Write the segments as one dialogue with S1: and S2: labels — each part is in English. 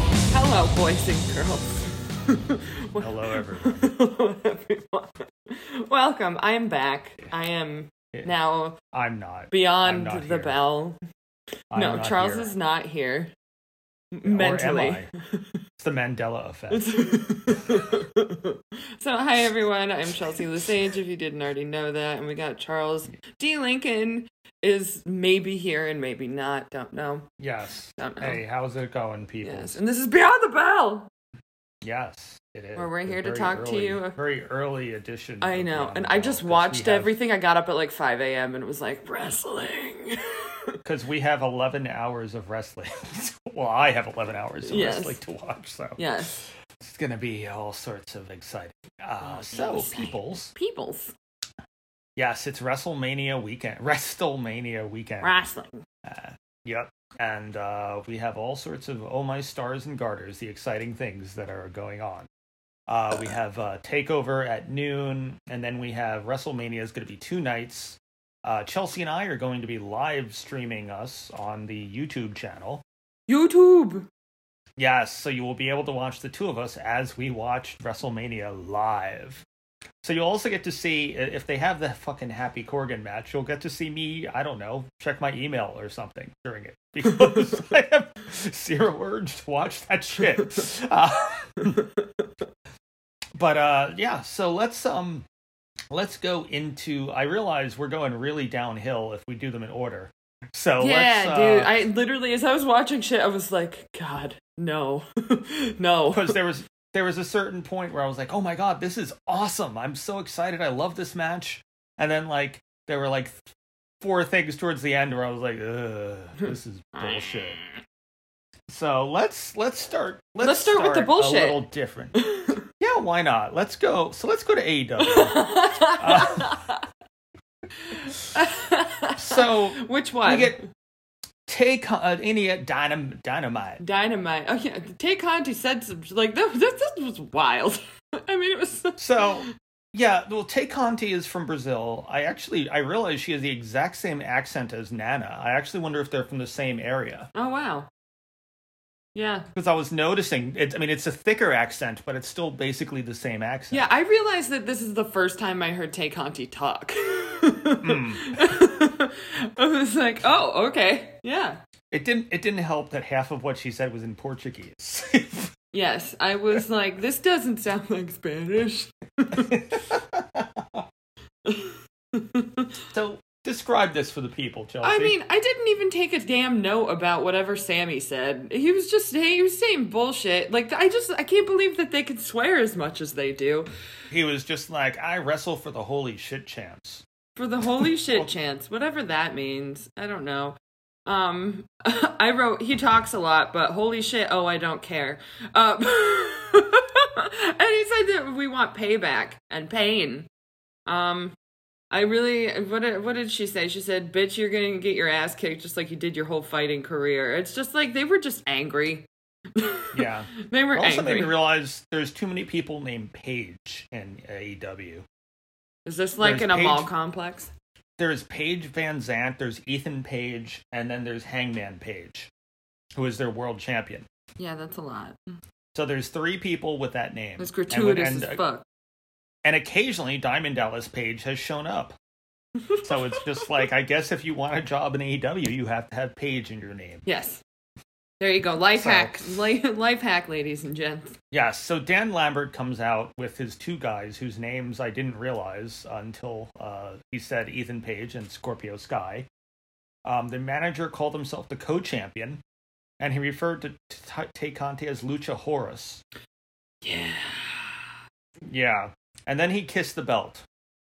S1: Hello, boys and girls.
S2: Hello, everyone.
S1: Hello, everyone. Welcome. I am back. I am
S2: Yeah.
S1: now
S2: I'm not.
S1: beyond
S2: not
S1: the
S2: here.
S1: bell.
S2: I'm
S1: no,
S2: not
S1: Charles
S2: here.
S1: is not here.
S2: Or am
S1: Mentally.
S2: I? It's the Mandela effect.
S1: so, hi everyone. I'm Chelsea Lesage, if you didn't already know that. And we got Charles D. Lincoln is maybe here and maybe not. Don't know.
S2: Yes.
S1: Don't know.
S2: Hey, how's it going, people?
S1: Yes.
S2: Yes,
S1: And this is Beyond the Bell.
S2: it is.
S1: Well, we're
S2: A
S1: here to
S2: very
S1: talk to
S2: early-
S1: you.
S2: Very early edition.
S1: I
S2: of
S1: know.
S2: Beyond
S1: And
S2: the
S1: I
S2: Bell,
S1: just
S2: 'cause Oh, we
S1: watched
S2: have-
S1: everything. I got up at like 5 a.m. and was like, wrestling.
S2: Because we have 11 hours of wrestling. well, I have 11 hours of
S1: Yes.
S2: wrestling to watch, so
S1: yes.
S2: it's going to be all sorts of exciting. Uh,
S1: Oh,
S2: so,
S1: exciting.
S2: peoples,
S1: Peoples.
S2: yes, it's WrestleMania weekend. WrestleMania weekend.
S1: Wrestling.
S2: Uh, yep. And uh, we have all sorts of Oh My Stars and Garters, the exciting things that are going on. Uh, we have uh, Takeover at noon, and then we have WrestleMania is going to be two nights. Uh, Chelsea and I are going to be live streaming us on the YouTube channel.
S1: YouTube.
S2: Yes, so you will be able to watch the two of us as we watch WrestleMania live. So you'll also get to see i- if they have the fucking Happy Corgan match. You'll get to see me. I don't know. Check my email or something during it because I have zero urge to watch that shit. Uh, but uh, yeah, so let's um, let's go into. I realize we're going really downhill if we do them in order. So
S1: yeah,
S2: let's, uh,
S1: dude. I literally, as I was watching shit, I was like, God, no. no.
S2: because there was there was a certain point where I was like, "Oh my god, this is awesome! I'm so excited! I love this match!" And then like there were like four things towards the end where I was like, Ugh, "This is bullshit." So let's let's start. Let's,
S1: Let's start with the bullshit.
S2: A little different. yeah, why not? Let's go. So let's go to E AEW. Uh. so
S1: Which one?
S2: we get take uh, any dynam- dynamite.
S1: Dynamite. Oh yeah, Tay Conti said some like that. This, this was wild. I mean, it was. so-
S2: So yeah, well, Tay Conti is from Brazil. I actually I realized she has the exact same accent as Nana. I actually wonder if they're from the same area
S1: Oh wow. Yeah,
S2: because I was noticing. It, I mean, it's a thicker accent, but it's still basically the same accent.
S1: yeah. I realized that this is the first time I heard Tay Conti talk. I was like, oh, okay, yeah.
S2: It didn't it didn't help that half of what she said was in Portuguese.
S1: Yes, I was like, this doesn't sound like Spanish.
S2: so describe this for the people, Chelsea.
S1: I mean, I didn't even take a damn note about whatever Sammy said. He was just he was saying bullshit. Like I just I can't believe that they could swear as much as they do
S2: he was just like, "I wrestle for the holy shit champs."
S1: for the holy shit chance, whatever that means. I don't know. Um, I wrote he talks a lot, but holy shit, oh I don't care. Uh, and he said that we want payback and pain. Um, I really what did, what did she say? She said, "Bitch, you're gonna get your ass kicked just like you did your whole fighting career." It's just like they were just angry.
S2: Yeah.
S1: They were
S2: It also made me
S1: angry.
S2: realize there's too many people named Paige in E AEW.
S1: Is this like
S2: there's
S1: in a mall
S2: Paige-
S1: complex?
S2: there's Paige Van Zant, there's Ethan Page, and then there's Hangman Page, who is their world champion.
S1: Yeah, that's a lot.
S2: So there's three people with that name.
S1: That's
S2: And when-
S1: gratuitous
S2: and, uh,
S1: as fuck.
S2: and occasionally Diamond Dallas Page has shown up. So it's just like I guess if you want a job in AEW, you have to have Page in your name.
S1: Yes. There you go. Life
S2: So-
S1: hack. Li- Life hack, ladies and gents.
S2: Yeah, so Dan Lambert comes out with his two guys whose names I didn't realize until uh, he said Ethan Page and Scorpio Sky. Um, the manager called himself the co champion, and he referred to T- Tay Conti as Lucha Horus.
S1: Yeah.
S2: Yeah. And then he kissed the belt.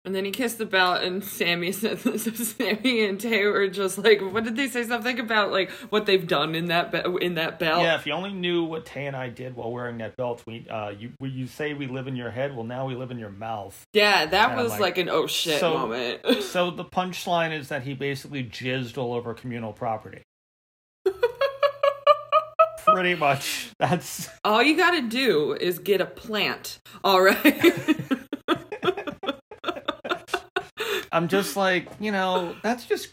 S1: And then he kissed the belt, and Sammy said, so Sammy and Tay were just like, what did they say? Something about like what they've done in that be- in that belt.
S2: Yeah, if you only knew what Tay and I did while wearing that belt, we, uh, you, we, you say we live in your head, well, now we live in your mouth.
S1: Yeah, that
S2: And I'm
S1: was
S2: like,
S1: like, an oh shit
S2: so-
S1: moment.
S2: So the punchline is that he basically jizzed all over communal property. Pretty much. That's
S1: All you gotta do is get a plant. All right.
S2: I'm just like, you know, that's just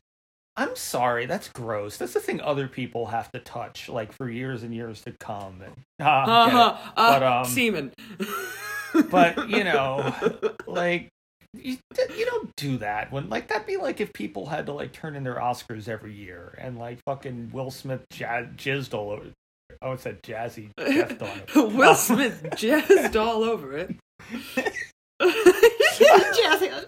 S2: I'm sorry, that's gross. That's the thing other people have to touch, like for years and years to come. And, ah, get it.
S1: Uh-huh, uh,
S2: But, um,
S1: semen.
S2: but you know, like you, you don't do that when like that'd be like if people had to like turn in their Oscars every year and like fucking Will Smith ja- jizzed all over. Oh, it said jazzy jeffed on it.
S1: Will Smith jazzed all over it. Jazzy.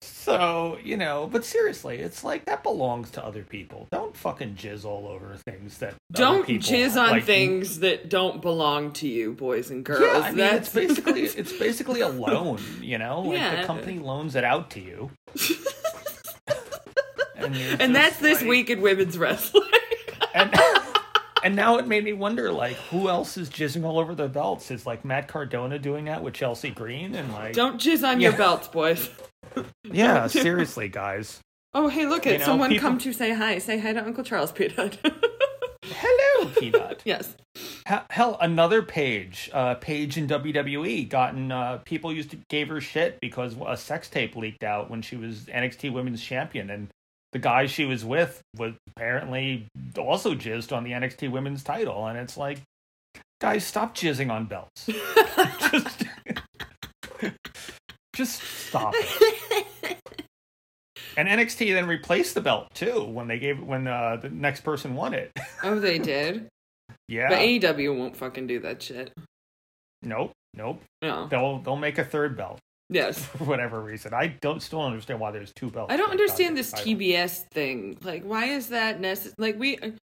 S2: So you know, but seriously, it's like that belongs to other people. Don't fucking jizz all over things that other
S1: Don't
S2: people
S1: jizz on
S2: like,
S1: things that don't belong to you, boys and girls.
S2: Yeah, I mean,
S1: That's
S2: it's basically it's basically a loan, you know. Like
S1: Yeah.
S2: the company loans it out to you. and, you're
S1: and
S2: just
S1: that's this
S2: like-
S1: week in women's wrestling.
S2: And, and now it made me wonder, like, who else is jizzing all over their belts? Is like Matt Cardona doing that with Chelsea Green? And like,
S1: Don't jizz on your
S2: Yeah.
S1: belts, boys.
S2: yeah, seriously, guys.
S1: Oh, hey, look at
S2: You know,
S1: someone
S2: people-
S1: come to say hi. Say hi to Uncle Charles Peanut.
S2: Hello, Peanut.
S1: yes.
S2: H- Hell, another Paige, uh, Paige in WWE, gotten uh, people used to gave her shit because a sex tape leaked out when she was NXT Women's Champion, and the guy she was with was apparently also jizzed on the NXT Women's title, and it's like, guys, stop jizzing on belts. just, just stop it. And NXT then replaced the belt too when they gave when uh, the next person won it.
S1: oh, they did.
S2: yeah,
S1: But AEW won't fucking do that shit.
S2: nope, nope.
S1: No.
S2: They'll they'll make a third belt.
S1: Yes.
S2: for whatever reason. I don't still don't understand why there's two belts.
S1: I don't
S2: for
S1: understand this
S2: Dynamite.
S1: TBS thing. Like, why is that necessary? Like, we,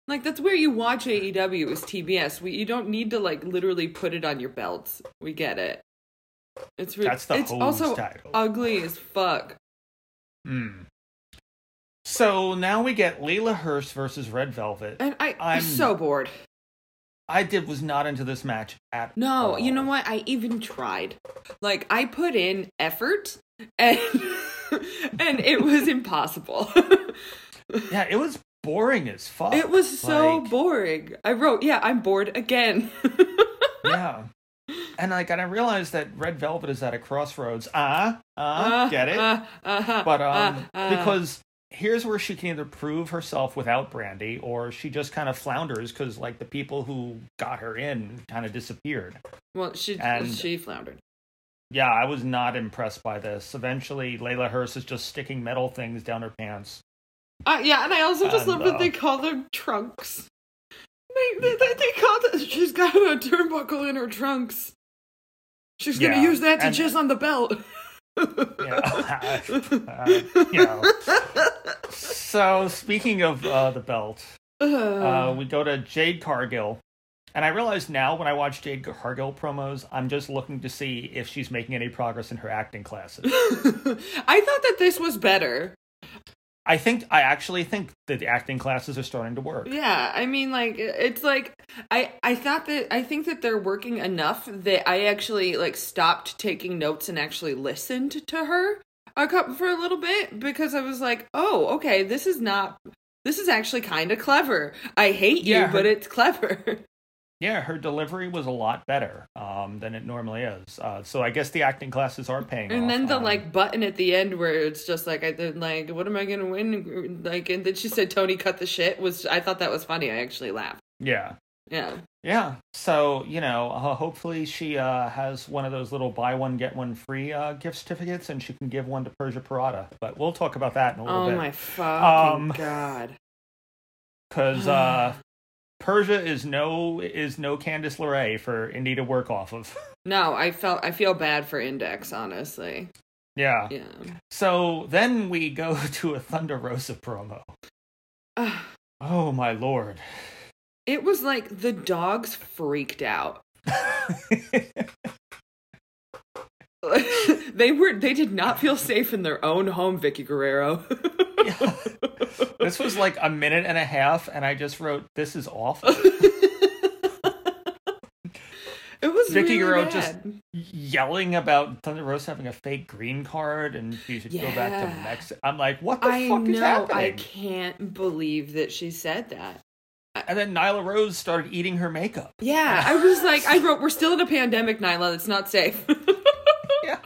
S1: like that's where you watch AEW is TBS. We, you don't need to like literally put it on your belts. We get it. It's re-
S2: That's the
S1: it's
S2: host
S1: also
S2: title.
S1: ugly as fuck.
S2: Mm. So now we get Leila Hurst versus Red Velvet.
S1: And I, I'm
S2: I'm-
S1: so bored.
S2: I did was not into this match at
S1: No,
S2: all.
S1: you know what? I even tried. Like I put in effort, and and it was impossible.
S2: Yeah, it was boring as fuck.
S1: it was so
S2: Like,
S1: boring. I wrote, "Yeah, I'm bored again."
S2: yeah. And like, and I realized that Red Velvet is at a crossroads. Ah, ah,
S1: Uh,
S2: get it.
S1: uh, uh-huh,
S2: but um,
S1: uh, uh.
S2: because here's where she can either prove herself without Brandy, or she just kind of flounders because like the people who got her in kind of disappeared.
S1: well, she
S2: and-
S1: she floundered.
S2: Yeah, I was not impressed by this. Eventually, Layla Hurst is just sticking metal things down her pants.
S1: Uh, yeah, and I also just
S2: And,
S1: love that
S2: uh,
S1: they call them trunks. They they, they, they call it. She's got a turnbuckle in her trunks. She's gonna
S2: Yeah,
S1: use that to
S2: and-
S1: jizz on the belt.
S2: Yeah. Uh, you know. So, speaking of uh, the belt, uh, we go to Jade Cargill. And I realize now when I watch Jade Cargill promos, I'm just looking to see if she's making any progress in her acting classes.
S1: I thought that this was better.
S2: I think I actually think that the acting classes are starting to work.
S1: Yeah, I mean, like it's like I I thought that I think that they're working enough that I actually like stopped taking notes and actually listened to her a couple for a little bit because I was like, oh, okay, this is not this is actually kind of clever. I hate you,
S2: Yeah, her-
S1: but it's clever.
S2: Yeah, her delivery was a lot better um, than it normally is. Uh, so I guess the acting classes are paying off.
S1: And then the
S2: Um,
S1: like button at the end where it's just like I did like what am I gonna win like and then she said Tony cut the shit was I thought that was funny I actually laughed
S2: yeah.
S1: yeah
S2: Yeah. So, you know, uh, hopefully she uh, has one of those little buy one, get one free uh, gift certificates and she can give one to Persia Parada. But we'll talk about that in a little
S1: oh
S2: bit.
S1: my fucking
S2: Um,
S1: god
S2: Because uh, Persia is no is no Candice LeRae for Indy to work off of.
S1: no I felt I feel bad for Index honestly
S2: yeah.
S1: yeah
S2: So then we go to a Thunder Rosa promo.
S1: Ugh.
S2: Oh, my lord.
S1: it was like the dogs freaked out they were they did not feel safe in their own home Vicky Guerrero
S2: this was like a minute and a half, and I just wrote, This is awful.
S1: it was really
S2: Vicky Guerrero
S1: bad.
S2: just yelling about Thunder Rosa having a fake green card and you should go back to
S1: Yeah.
S2: Mexico. I'm like, what the
S1: I
S2: fuck is
S1: know. I
S2: happening?
S1: can't believe that she said that.
S2: And then Nyla Rose started eating her makeup.
S1: Yeah, I was like, I wrote, we're still in a pandemic, Nyla. That's not safe.
S2: Yeah.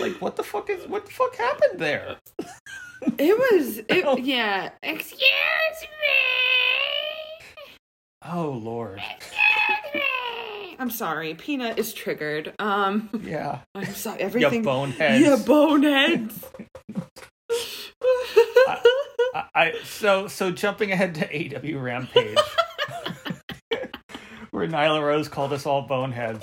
S2: like, what the fuck is what the fuck happened there?
S1: It was,
S2: Oh.
S1: it, yeah. Excuse me.
S2: Oh lord.
S1: Excuse me. I'm sorry. Peanut is triggered. Um,
S2: Yeah.
S1: I'm sorry.
S2: You
S1: Everything.
S2: boneheads.
S1: Yeah, boneheads.
S2: I, I so so jumping ahead to AW Rampage, where Nyla Rose called us all boneheads.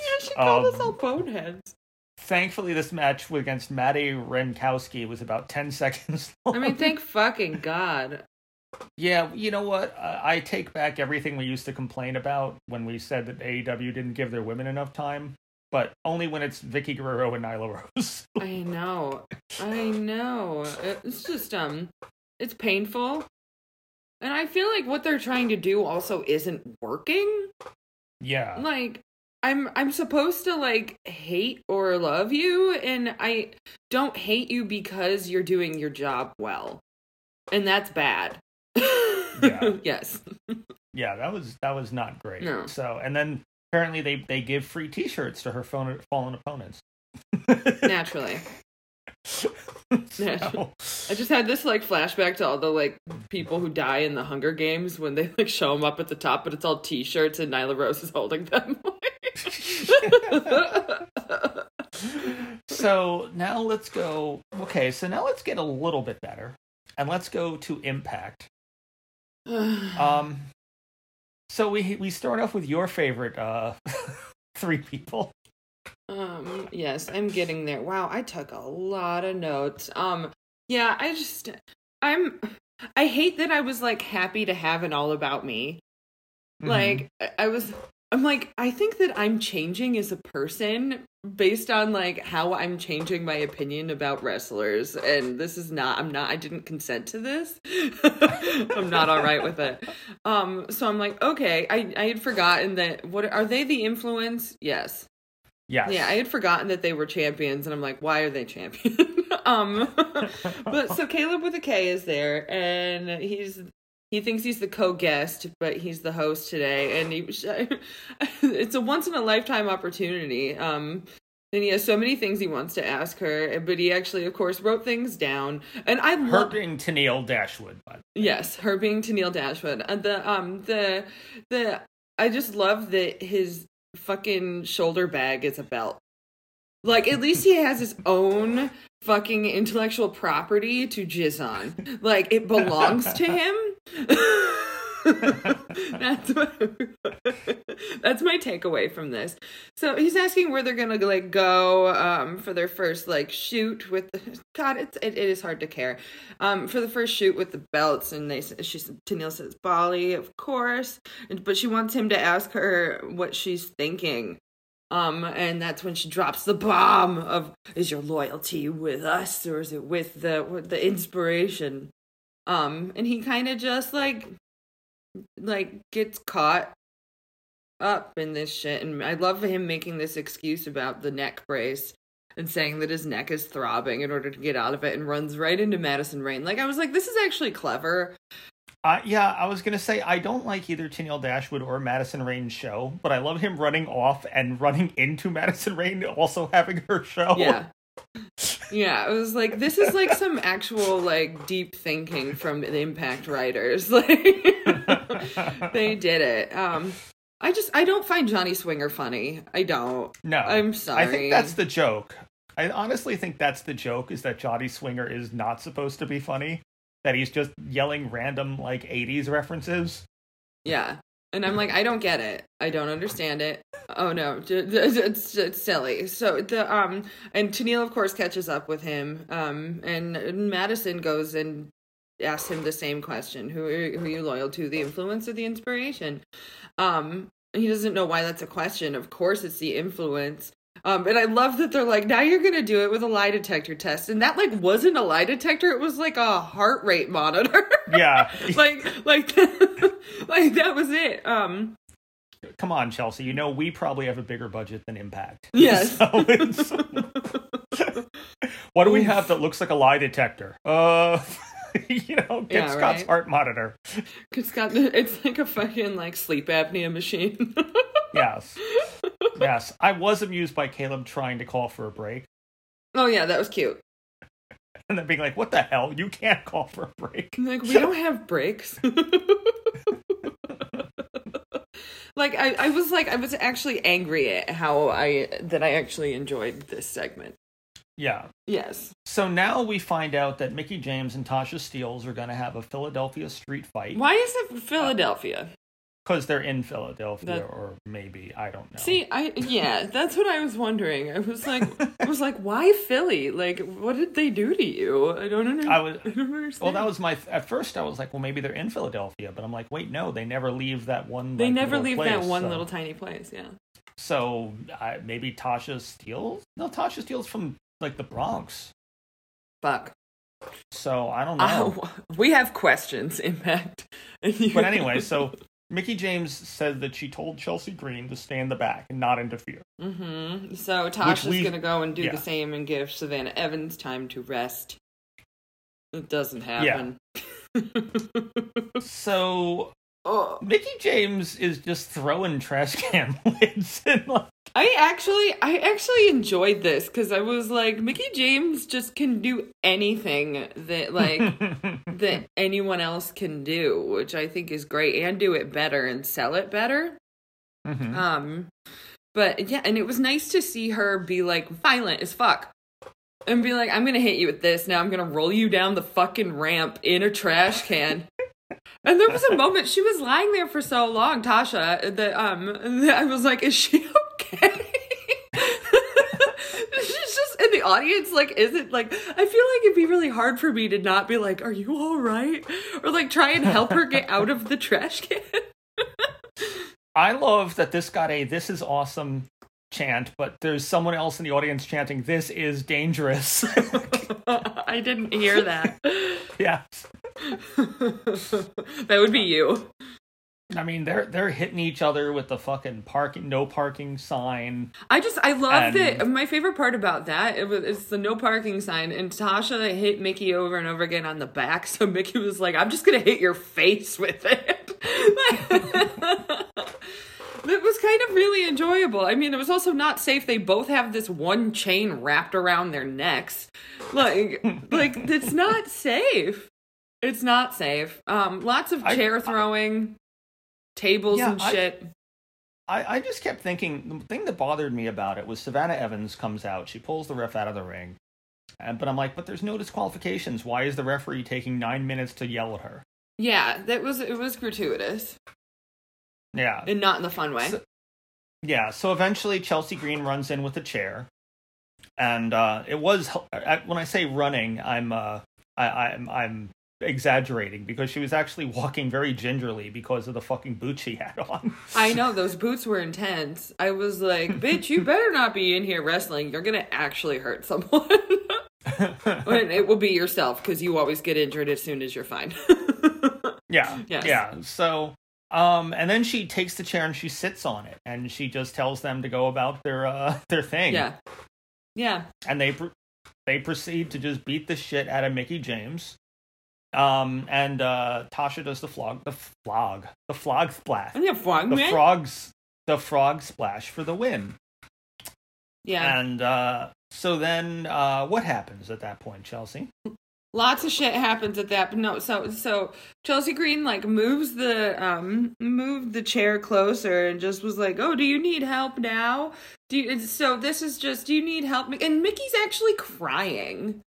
S1: yeah, she called us
S2: Um,
S1: all boneheads.
S2: Thankfully, this match against Maddie Renkowski was about ten seconds long.
S1: I mean, thank fucking god.
S2: yeah, you know what? I, I take back everything we used to complain about when we said that AEW didn't give their women enough time, but only when it's Vicky Guerrero and Nyla Rose.
S1: I know. I know. It's just um it's painful. And I feel like what they're trying to do also isn't working.
S2: yeah,
S1: Like I'm I'm supposed to like hate or love you and I don't hate you because you're doing your job well. And that's bad.
S2: Yeah.
S1: yes.
S2: yeah, that was that was not great.
S1: No.
S2: So, and then apparently they they give free T-shirts to her phone, fallen opponents.
S1: Naturally.
S2: So-
S1: I just had this like flashback to all the like people who die in the Hunger Games when they like show them up at the top, but it's all T-shirts and Nyla Rose is holding them.
S2: so now let's go. Okay, so now let's get a little bit better, and let's go to Impact. Um, so we we start off with your favorite uh three people.
S1: um, yes, I'm getting there. Wow, I took a lot of notes. Um, yeah, I just I'm I hate that I was like happy to have an all about me. Like I- I was I'm like I think that I'm changing as a person based on like how I'm changing my opinion about wrestlers and this is not I'm not I didn't consent to this. I'm not all right with it. Um so I'm like okay, I I had forgotten that what are they the influence? Yes.
S2: yes,
S1: Yeah, I had forgotten that they were champions, and I'm like, why are they champion? um, but so Caleb with a K is there, and he's he thinks he's the co-guest, but he's the host today, and he was- it's a once in a lifetime opportunity. Um, and he has so many things he wants to ask her, but he actually, of course, wrote things down, and I
S2: her
S1: love
S2: being Tennille Dashwood, but
S1: Yes, her being Tennille Dashwood. And the um the the I just love that his fucking shoulder bag is a belt. Like at least he has his own fucking intellectual property to jizz on. Like it belongs to him. that's what, that's my takeaway from this. So he's asking where they're gonna like go um, for their first like shoot with the God. It's it, it is hard to care um, for the first shoot with the belts, and they s- she s- Tennille says Bali, of course, and, but she wants him to ask her what she's thinking. Um, and that's when she drops the bomb of is your loyalty with us or is it with the with the inspiration? Um, and he kind of just like like gets caught up in this shit and i love him making this excuse about the neck brace and saying that his neck is throbbing in order to get out of it and runs right into madison rain like i was like this is actually clever
S2: Uh, yeah, I was gonna say I don't like either Tennille Dashwood or Madison Rain's show, but I love him running off and running into Madison Rain, also having her show.
S1: yeah yeah it was like this is like some actual like deep thinking from the impact writers like they did it um i just i don't find johnny swinger funny i don't
S2: no,
S1: i'm sorry
S2: I think that's the joke. I honestly think that's the joke is that Johnny Swinger is not supposed to be funny. That he's just yelling random like '80s references.
S1: Yeah. And I'm like, I don't get it. I don't understand it. Oh no, it's, it's silly. So the um, and Tennille of course catches up with him. Um, and Madison goes and asks him the same question: Who are, who are you loyal to, the influence or the inspiration? Um, and he doesn't know why that's a question. Of course, it's the influence. Um, and I love that they're like, now you're gonna do it with a lie detector test, and that like wasn't a lie detector; it was like a heart rate monitor.
S2: Yeah,
S1: like like that, like that was it um
S2: come on, Chelsea. You know we probably have a bigger budget than Impact.
S1: Yes.
S2: So it's- what do we have that looks like a lie detector? Uh, you know, get
S1: Yeah,
S2: Scott's
S1: right.
S2: heart monitor.
S1: it's got it's like a fucking like sleep apnea machine
S2: Yes, yes. I was amused by Caleb trying to call for a break.
S1: Oh yeah, that was cute.
S2: and then being like, "What the hell? You can't call for a break."
S1: Like we don't have breaks. like I, I was like I was actually angry at how I that I actually enjoyed this segment.
S2: Yeah.
S1: Yes.
S2: So now we find out that Mickey James and Tasha Steeles are going to have a Philadelphia street fight
S1: Why is it Philadelphia?
S2: because they're in Philadelphia,
S1: That-
S2: or maybe I don't know.
S1: See, I yeah, that's what I was wondering. I was like I was like, why Philly? Like what did they do to you? I don't under-
S2: I was-
S1: I don't understand.
S2: Well, that was my. At first, I was like, "Well, maybe they're in Philadelphia," but I'm like, "Wait, no, they never leave that one.
S1: they
S2: like,
S1: never
S2: little
S1: leave
S2: place,
S1: that one
S2: so.
S1: little tiny place, yeah.
S2: So I, maybe Tasha Steeles? No, Tasha Steeles from like the Bronx.
S1: Fuck.
S2: So I don't know.
S1: Oh, we have questions, Impact.
S2: But anyway, so Mickey James said that she told Chelsea Green to stay in the back and not interfere.
S1: hmm So Tasha's
S2: we-
S1: gonna go and do
S2: yeah.
S1: the same and give Savannah Evans time to rest. It doesn't happen.
S2: So
S1: oh,
S2: Mickey James is just throwing trash can lids and like,
S1: I actually, I actually enjoyed this because I was like, Mickey James just can do anything that like that anyone else can do, which I think is great, and do it better and sell it better.
S2: Mhm.
S1: Um, but yeah, and it was nice to see her be like violent as fuck. And be like, I'm gonna hit you with this. Now I'm gonna roll you down the fucking ramp in a trash can. and there was a moment she was lying there for so long, Tasha, that um, that I was like, is she okay? She's just in the audience, like, is it like? I feel like it'd be really hard for me to not be like, are you all right? Or like try and help her get out of the trash can.
S2: I love that this got a "This is awesome" chant, but there's someone else in the audience chanting "This is dangerous."
S1: I didn't hear that.
S2: yeah,
S1: that would be you.
S2: I mean they're they're hitting each other with the fucking parking no parking sign.
S1: I just I love
S2: And-
S1: that. My favorite part about that it was it's the no parking sign, and Tasha hit Mickey over and over again on the back. So Mickey was like, "I'm just gonna hit your face with it." It was kind of really enjoyable. I mean, it was also not safe. They both have this one chain wrapped around their necks. Like, like it's not safe. It's not safe. Um, lots of
S2: I-
S1: chair throwing, tables
S2: Yeah,
S1: and
S2: I-
S1: shit.
S2: I, I just kept thinking the thing that bothered me about it was Savannah Evans comes out, she pulls the ref out of the ring, and but I'm like, but there's no disqualifications. Why is the referee taking nine minutes to yell at her?
S1: Yeah, that was it was gratuitous
S2: Yeah,
S1: and not in the fun way.
S2: So- Yeah, so eventually Chelsea Green runs in with a chair, and uh, it was I- when I say running, I'm uh, I, I'm I'm exaggerating because she was actually walking very gingerly because of the fucking boot she had on.
S1: I know those boots were intense. I was like, "Bitch, you better not be in here wrestling. You're gonna actually hurt someone. and it will be yourself because you always get injured as soon as you're fine."
S2: yeah,
S1: Yes.
S2: yeah. So, um, and then she takes the chair and she sits on it, and she just tells them to go about their uh, their thing.
S1: yeah, yeah.
S2: and they pr- they proceed to just beat the shit out of Mickey James. Um, and uh, Tasha does the flog, the flog, the flog splash,
S1: And you have frog
S2: the
S1: man.
S2: frogs, the frog splash for the win.
S1: yeah,
S2: And uh, so then, uh, what happens at that point, Chelsea?
S1: lots of shit happens at that. But no, so so Chelsea Green like moves the um moved the chair closer and just was like, "Oh, do you need help now?" Do you, so this is just, "Do you need help?" Mi-" And Mickey's actually crying.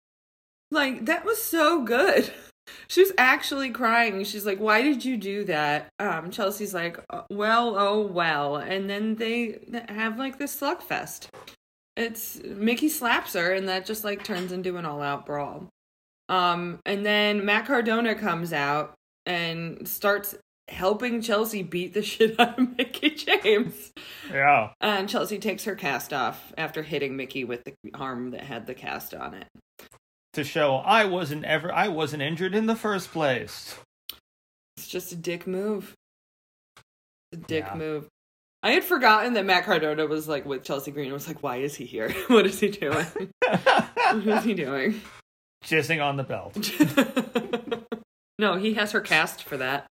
S1: Like that was so good. She was actually crying. She's like, "Why did you do that?" Um Chelsea's like, "Uh, "Well, oh well." And then they have like this slug fest. It's Mickey slaps her and that just like turns into an all-out brawl. Um, and then Matt Cardona comes out and starts helping Chelsea beat the shit out of Mickey James.
S2: Yeah,
S1: And Chelsea takes her cast off after hitting Mickey with the arm that had the cast on it.
S2: to show I wasn't ever, I wasn't injured in the first place.
S1: It's just a dick move. It's a dick
S2: Yeah.
S1: move. I had forgotten that Matt Cardona was like with Chelsea Green. I was like, why is he here? what is he doing? what is he doing?
S2: Jizzing on the belt.
S1: no, he has her cast for that.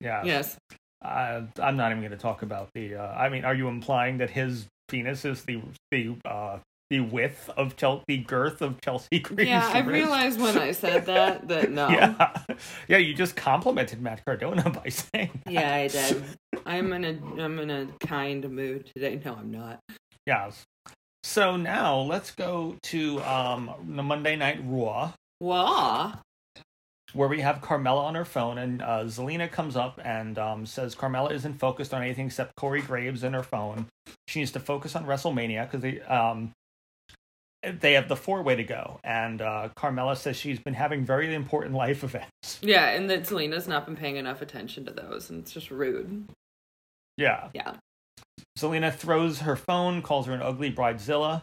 S2: Yeah,
S1: Yes.
S2: Uh, I'm not even going to talk about the. Uh, I mean, are you implying that his penis is the the uh, the width of Chelsea, the girth of Chelsea Green's
S1: Yeah, I
S2: wrist.
S1: realized when I said that that no. Yeah,
S2: Yeah, yeah. You just complimented Matt Cardona by saying,
S1: I did. I'm in a I'm in a kind mood today. No, I'm not.
S2: "Yes." So now let's go to um, the Monday Night Raw,
S1: Wah.
S2: where we have Carmella on her phone, and uh, Zelina comes up and um, says Carmella isn't focused on anything except Corey Graves and her phone. She needs to focus on WrestleMania because they um, they have the four way to go, and uh, Carmella says she's been having very important life events.
S1: Yeah, and that Selena's not been paying enough attention to those, and it's just rude.
S2: Yeah,
S1: Yeah,
S2: Selena throws her phone, calls her an ugly bridezilla.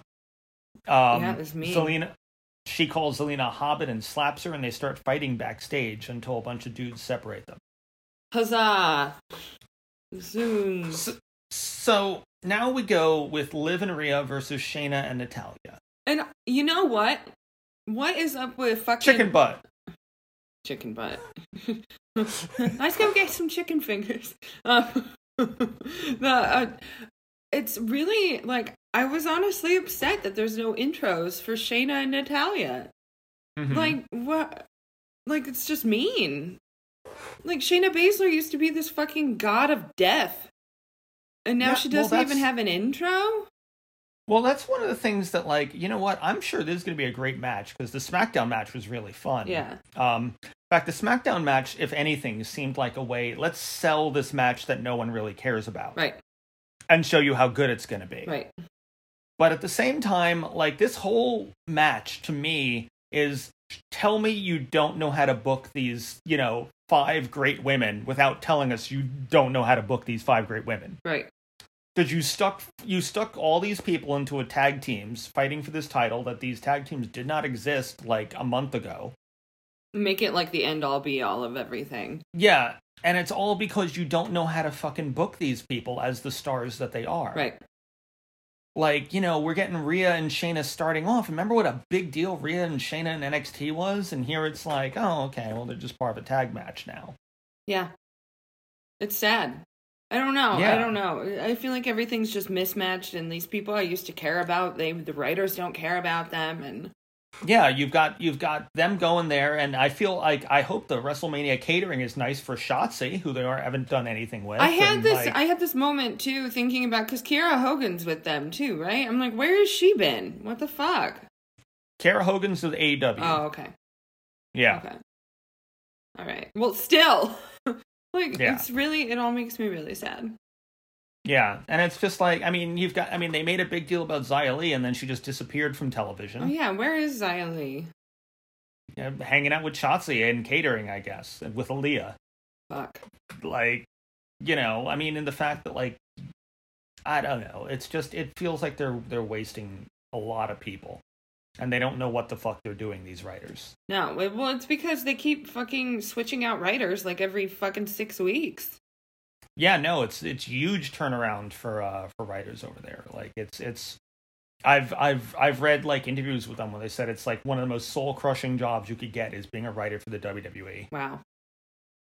S2: Um,
S1: Yeah, it was mean.
S2: Selena, she calls Selena a hobbit and slaps her, and they start fighting backstage until a bunch of dudes separate them.
S1: huzzah! Zoom.
S2: So, so now we go with Liv and Rhea versus Shayna and Natalia.
S1: And you know what? What is up with fucking
S2: Chicken butt.
S1: chicken butt. Let's go get some chicken fingers. Um, the, uh, it's really like I was honestly upset that there's no intros for Shayna and Natalia.
S2: Mhm.
S1: Like what? Like it's just mean. Like Shayna Baszler used to be this fucking god of death, and now
S2: Yeah,
S1: she
S2: well,
S1: doesn't even
S2: that's-
S1: have an intro.
S2: well, that's one of the things that, like, you know what? I'm sure this is going to be a great match because the SmackDown match was really fun.
S1: Yeah,
S2: Um, in fact, the SmackDown match, if anything, seemed like a way let's sell this match that no one really cares about.
S1: right,
S2: and show you how good it's going to be.
S1: right.
S2: But at the same time, like this whole match to me is tell me you don't know how to book these, you know, five great women without telling us you don't know how to book these five great women.
S1: Right.
S2: Because you stuck you stuck all these people into a tag teams fighting for this title that these tag teams did not exist like a month ago.
S1: Make it like the end all be all of everything.
S2: Yeah, and it's all because you don't know how to fucking book these people as the stars that they are.
S1: Right.
S2: like you know we're getting Rhea and Shayna starting off. Remember what a big deal Rhea and Shayna and NXT was, and here it's like, oh okay, well they're just part of a tag match now.
S1: Yeah. It's sad. I don't know. I
S2: Yeah.
S1: don't know. I feel like everything's just mismatched and these people I used to care about, they the writers don't care about them and
S2: Yeah, you've got you've got them going there, and I feel like I hope the WrestleMania catering is nice for Shotzi, who they are haven't done anything with.
S1: I had
S2: and,
S1: this
S2: like,
S1: I had this moment too thinking about cuz Kiara Hogan's with them too, right? I'm like, "Where has she been? What the fuck?"
S2: Kara Hogan's with AEW.
S1: Oh, okay.
S2: yeah,
S1: Okay. All right. Well, still like
S2: Yeah.
S1: it's really it all makes me really sad.
S2: yeah, and it's just like I mean you've got I mean they made a big deal about Xia Li, and then she just disappeared from television,
S1: Oh yeah, where is Xia Li?
S2: Yeah, hanging out with Shotzi and catering, I guess, and with Aaliyah.
S1: Fuck.
S2: like you know i mean in the fact that like i don't know it's just it feels like they're they're wasting a lot of people and they don't know what the fuck they're doing these writers
S1: No, it- well, it's because they keep fucking switching out writers like every fucking six weeks.
S2: yeah no it's it's huge turnaround for uh for writers over there like it's it's i've i've i've read like interviews with them where they said it's like one of the most soul crushing jobs you could get is being a writer for the wwe
S1: Wow.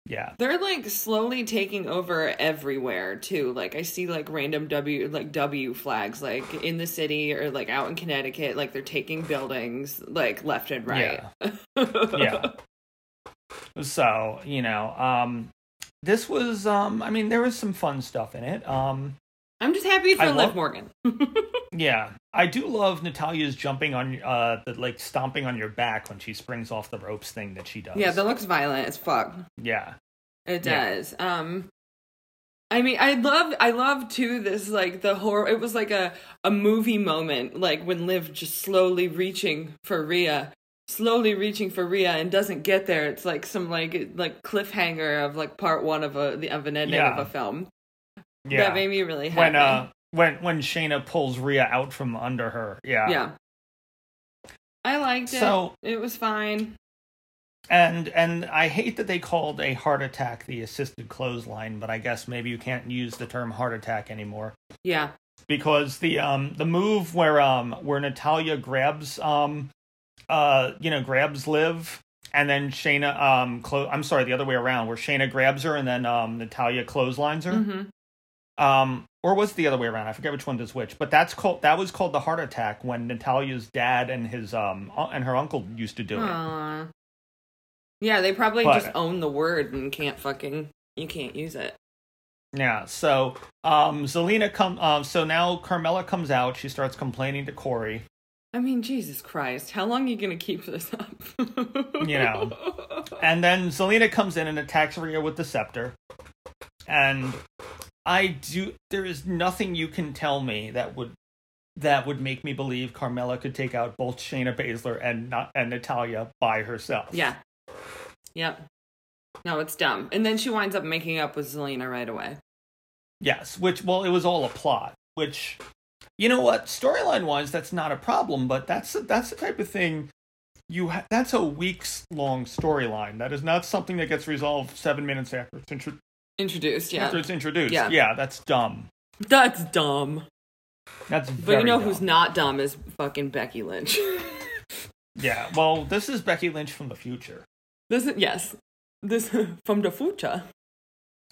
S2: yeah
S1: They're like slowly taking over everywhere too. Like I see like random W like W flags like in the city or like out in Connecticut. Like they're taking buildings like left and right.
S2: yeah so you know um this was um i mean there was some fun stuff in it um
S1: I'm just happy for
S2: I
S1: Liv
S2: love-
S1: Morgan.
S2: Yeah, I do love Natalia's jumping on uh the like stomping on your back when she springs off the ropes thing that she does.
S1: Yeah, that looks violent as fuck.
S2: yeah,
S1: It
S2: Yeah.
S1: does. Um I mean, I love I love too this like the horror it was like a a movie moment like when Liv just slowly reaching for Rhea, slowly reaching for Rhea and doesn't get there. It's like some like like cliffhanger of like part 1 of a the of an ending
S2: Yeah.
S1: of a film.
S2: yeah.
S1: That made me really happy.
S2: when uh when when Shayna pulls Rhea out from under her. uh, Yeah,
S1: yeah. I liked it.
S2: So-
S1: it was fine.
S2: and and I hate that they called a heart attack the assisted clothesline, but I guess maybe you can't use the term heart attack anymore
S1: Yeah.
S2: because the um the move where um where Natalia grabs um uh you know grabs Liv and then Shayna um clo- I'm
S1: Mm-hmm.
S2: sorry the other way around where Shayna grabs her and then um Natalia clotheslines her
S1: Mhm.
S2: um or was it the other way around? I forget which one does which. But that's called that was called the heart attack when Natalia's dad and his um u- and her uncle used to do it.
S1: Aw. Yeah, they probably
S2: But-
S1: just own the word and can't fucking you can't use it.
S2: Yeah. So um Zelina come um so now Carmela comes out. She starts complaining to Corey.
S1: I mean, Jesus Christ, how long are you gonna keep this up?
S2: You know. And then Zelina comes in and attacks Rhea with the scepter. And I do there is nothing you can tell me that would that would make me believe Carmela could take out both Shayna Baszler and not and Natalia by herself.
S1: Yeah. Yep. No, it's dumb. And then she winds up making up with Zelina right away.
S2: Yes, which well, it was all a plot. Which, you know what, storyline wise, that's not a problem. But that's that's the type of thing you ha- that's a weeks long storyline. That is not something that gets resolved seven minutes after it's, intro-
S1: Introduced,
S2: after
S1: yeah.
S2: it's introduced.
S1: Yeah.
S2: that's dumb.
S1: That's dumb.
S2: That's
S1: But you know who's not dumb is fucking Becky Lynch.
S2: yeah. Well, this is Becky Lynch from the future.
S1: this is yes. This from the future.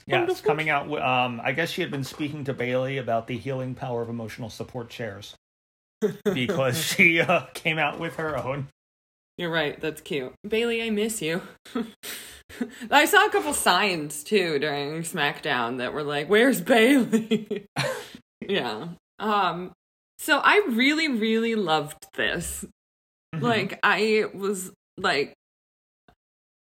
S2: Yes,
S1: Wonderful.
S2: coming out. wi- Um, I guess she had been speaking to Bailey about the healing power of emotional support chairs because she uh, came out with her own.
S1: You're right. That's cute. Bailey, I miss you. I saw a couple signs too during SmackDown that were like, "Where's Bailey?" yeah. Um so I really really loved this. Like I was like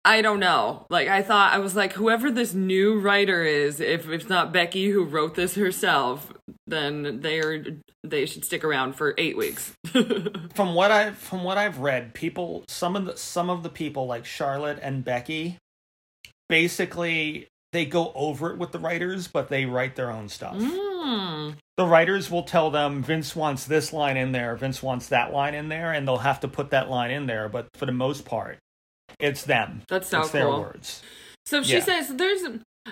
S1: I don't know. Like I thought I was like whoever this new writer is, if it's not Becky who wrote this herself, then they're they should stick around for 8 weeks.
S2: from what I from what I've read, people some of the some of the people like Charlotte and Becky, basically they go over it with the writers, but they write their own stuff.
S1: Hmm.
S2: The writers will tell them Vince wants this line in there, Vince wants that line in there, and they'll have to put that line in there. But for the most part, it's them.
S1: That's so
S2: it's their
S1: cool.
S2: words.
S1: So she
S2: Yeah.
S1: says there's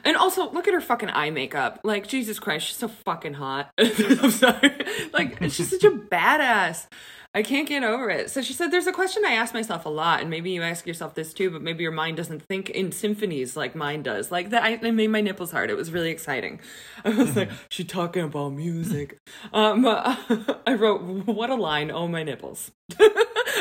S1: and also look at her fucking eye makeup. Like Jesus Christ, she's so fucking hot. I'm sorry. Like she's such a badass. I can't get over it. So she said there's a question I ask myself a lot and maybe you ask yourself this too, but maybe your mind doesn't think in symphonies like mine does. Like that I, I made my nipples hard. It was really exciting. I was like, she talking about music. Um I wrote what a line, oh my nipples.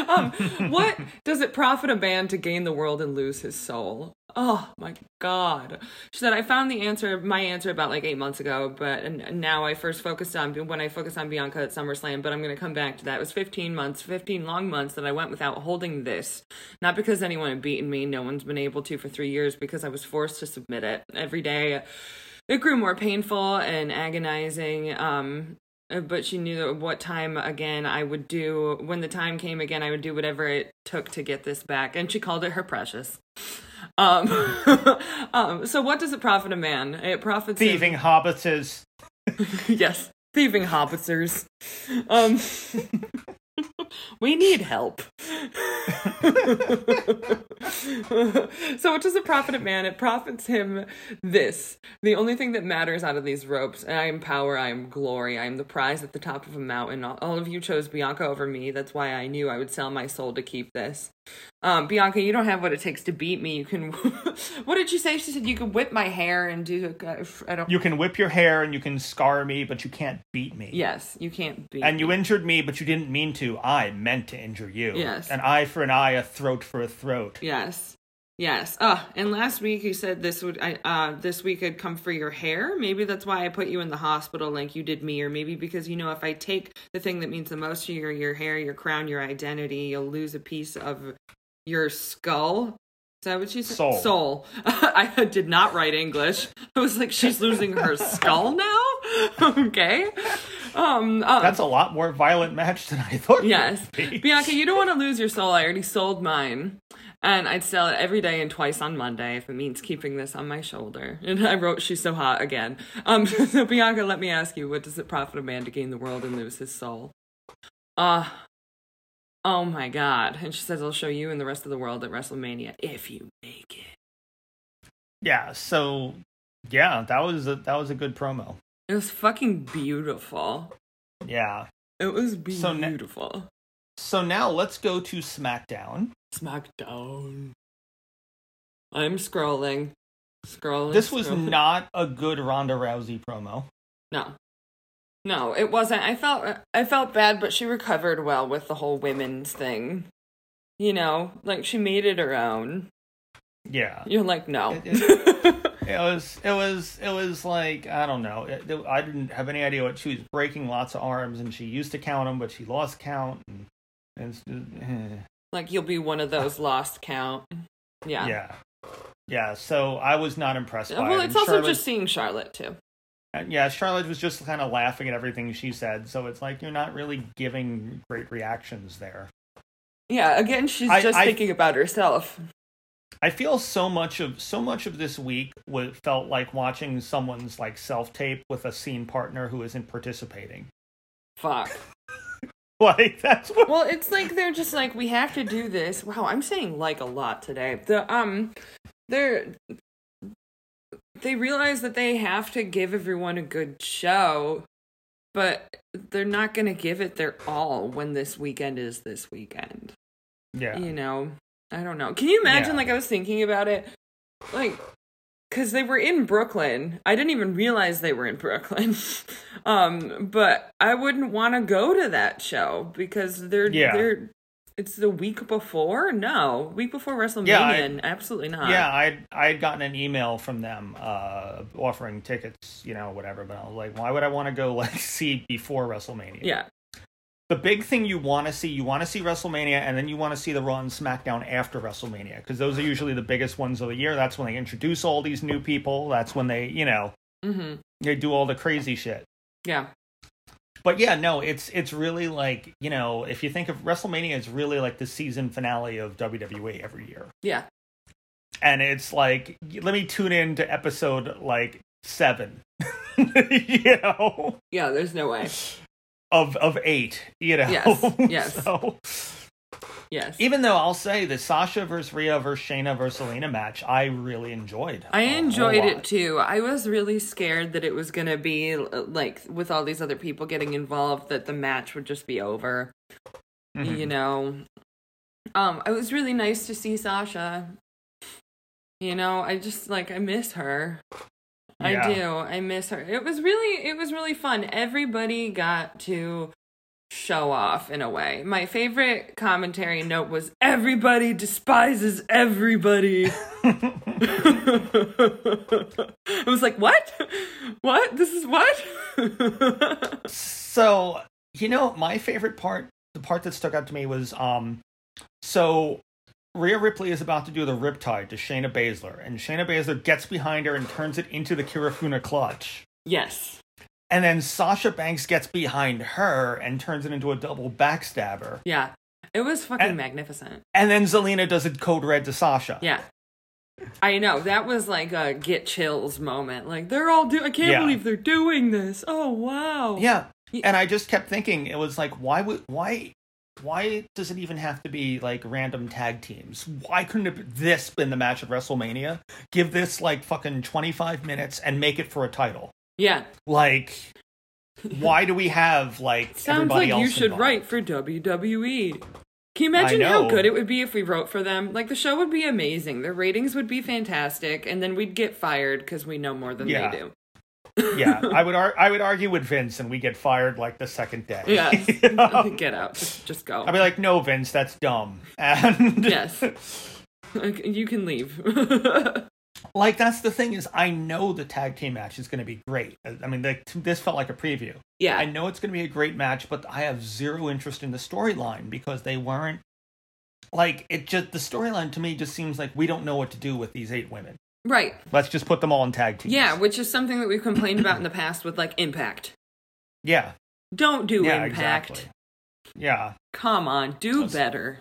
S1: um, what does it profit a man to gain the world and lose his soul? Oh my God. She said, I found the answer, my answer about like eight months ago, but and now I first focused on when I focused on Bianca at SummerSlam, but I'm going to come back to that. It was 15 months, 15 long months that I went without holding this. Not because anyone had beaten me, no one's been able to for three years because I was forced to submit it every day. It grew more painful and agonizing. Um, uh, but she knew what time again I would do when the time came again I would do whatever it took to get this back and she called it her precious um, um so what does it profit a man it profits him-
S2: Thieving hobbitses.
S1: yes thieving hobbiters um we need help so what does it profit a man it profits him this the only thing that matters out of these ropes i am power i am glory i am the prize at the top of a mountain all all of you chose bianca over me that's why i knew i would sell my soul to keep this um, bianca you don't have what it takes to beat me you can what did she say she said you could whip my hair and do i don't
S2: You can whip your hair and you can scar me, but you can't beat me.
S1: Yes, you can't be.
S2: And you injured me, but you didn't mean to. I meant to injure you.
S1: Yes.
S2: An eye for an eye, a throat for a throat.
S1: yes, yes. Uh, and last week you said this would. I uh, this week I'd come for your hair. Maybe that's why I put you in the hospital, like you did me, or maybe because you know if I take the thing that means the most to you, your hair, your crown, your identity, you'll lose a piece of your skull. Is that what she said?
S2: Soul.
S1: Soul. I did not write English. I was like, she's losing her skull now. okay. Um. uh,
S2: That's a lot more violent match than I thought. it
S1: Yes.
S2: would be.
S1: Bianca, you don't want to lose your soul. I already sold mine. And I'd sell it every day and twice on Monday if it means keeping this on my shoulder. And I wrote, She's so hot again. Um, so, Bianca, let me ask you, what does it profit a man to gain the world and lose his soul? Ah. oh my God. And she says, I'll show you and the rest of the world at WrestleMania if you make it.
S2: Yeah. So, yeah, that was a, that was a good promo.
S1: It was fucking beautiful.
S2: Yeah.
S1: It was
S2: So ne-
S1: beautiful.
S2: So now let's go to SmackDown.
S1: SmackDown. I'm scrolling. Scrolling.
S2: This was
S1: scrolling.
S2: not a good Ronda Rousey promo.
S1: No. No, it wasn't. I felt I felt bad, but she recovered well with the whole women's thing. You know, like she made it her own.
S2: Yeah.
S1: You're like, no.
S2: It was it was it was like I don't know. It, it- I didn't have any idea what she was breaking lots of arms and she used to count them, but she lost count and, and it's just, eh.
S1: like you'll be one of those lost count. Yeah. Uh,
S2: yeah. Yeah, so I was not impressed by
S1: Well,
S2: it.
S1: it's
S2: And
S1: also
S2: Charlotte-
S1: just seeing Charlotte too.
S2: and yeah, Charlotte was just kind of laughing at everything she said, so it's like you're not really giving great reactions there.
S1: Yeah, again, she's
S2: I-
S1: just
S2: I-
S1: thinking about herself.
S2: I feel so much of so much of this week was, felt like watching someone's like self tape with a scene partner who isn't participating.
S1: Fuck.
S2: Like that's what
S1: Well, it's like they're just like we have to do this. Wow, I'm saying like a lot today. The um, they're they realize that they have to give everyone a good show, but they're not going to give it their all when this weekend is this weekend.
S2: yeah.
S1: you know i don't know can you imagine
S2: Yeah.
S1: like i was thinking about it like because they were in brooklyn i didn't even realize they were in brooklyn um but i wouldn't want to go to that show because they're
S2: Yeah.
S1: they're it's the week before no week before wrestlemania
S2: Yeah, I-
S1: absolutely not
S2: Yeah, I I had gotten an email from them uh, offering tickets, you know, whatever. But I was like, why would I want to go like see before WrestleMania?
S1: yeah
S2: The big thing you want to see, you want to see WrestleMania, and then you want to see the Raw and SmackDown after WrestleMania because those are usually the biggest ones of the year. That's when they introduce all these new people. That's when they, you know,
S1: mm-hmm
S2: they do all the crazy shit.
S1: yeah
S2: But yeah, no, it's it's really like you know, if you think of WrestleMania, it's really like the season finale of WWE every year.
S1: yeah
S2: and it's like let me tune in to episode like seven you know
S1: yeah there's no way
S2: of of eight you know
S1: Yes, yes.
S2: so
S1: yes
S2: even though i'll say the sasha versus Rhea versus shayna versus selena match i really enjoyed uh,
S1: I
S2: a whole
S1: enjoyed it
S2: lot.
S1: too. I was really scared that it was going to be uh, like with all these other people getting involved that the match would just be over,
S2: Mhm.
S1: you know. Um it was really nice to see Sasha. You know, I just like I miss her.
S2: Yeah.
S1: I do. I miss her. It was really it was really fun. Everybody got to show off in a way. My favorite commentary note was everybody despises everybody. I was like, "What? What? This is what?"
S2: so you know my favorite part the part that stuck out to me was um so Rhea Ripley is about to do the riptide to Shayna Baszler, and Shayna Baszler gets behind her and turns it into the Kirifuna clutch.
S1: yes.
S2: And then Sasha Banks gets behind her and turns it into a double backstabber.
S1: Yeah. It was fucking
S2: And-
S1: magnificent.
S2: And then Zelina does a code red to Sasha.
S1: Yeah. I know. That was like a get chills moment. Like they're all do I can't
S2: Yeah.
S1: believe they're doing this. Oh wow.
S2: Yeah.
S1: Ye-
S2: And I just kept thinking it was like why would why why does it even have to be like random tag teams? Why couldn't it be- this been the match at WrestleMania? Give this like fucking 25 minutes and make it for a title.
S1: Yeah.
S2: Like why do we have like
S1: Sounds
S2: everybody
S1: like
S2: else
S1: you should
S2: involved?
S1: write for WWE. Can you imagine how
S2: know.
S1: good it would be if we wrote for them? Like the show would be amazing. The ratings would be fantastic and then we'd get fired cuz we know more than
S2: Yeah.
S1: they do.
S2: yeah, I would ar- I would argue with Vince and we get fired like the second day.
S1: Yes.
S2: You know?
S1: Get out. Just, just go.
S2: I'd be like, no, Vince, that's dumb. And
S1: yes. Okay, you can leave.
S2: like, that's the thing is, I know the tag team match is going to be great. Uh, I mean, like, this felt like a preview. I
S1: yeah.
S2: know it's going to be a great match, but I have zero interest in the storyline because they weren't like it. Just the storyline to me just seems like we don't know what to do with these eight women.
S1: Right.
S2: Let's just put them all in tag teams.
S1: Yeah, which is something that we've complained about in the past with like Impact.
S2: yeah,
S1: Don't do
S2: yeah,
S1: Impact.
S2: exactly. Yeah,
S1: Come on, do
S2: That's-
S1: better.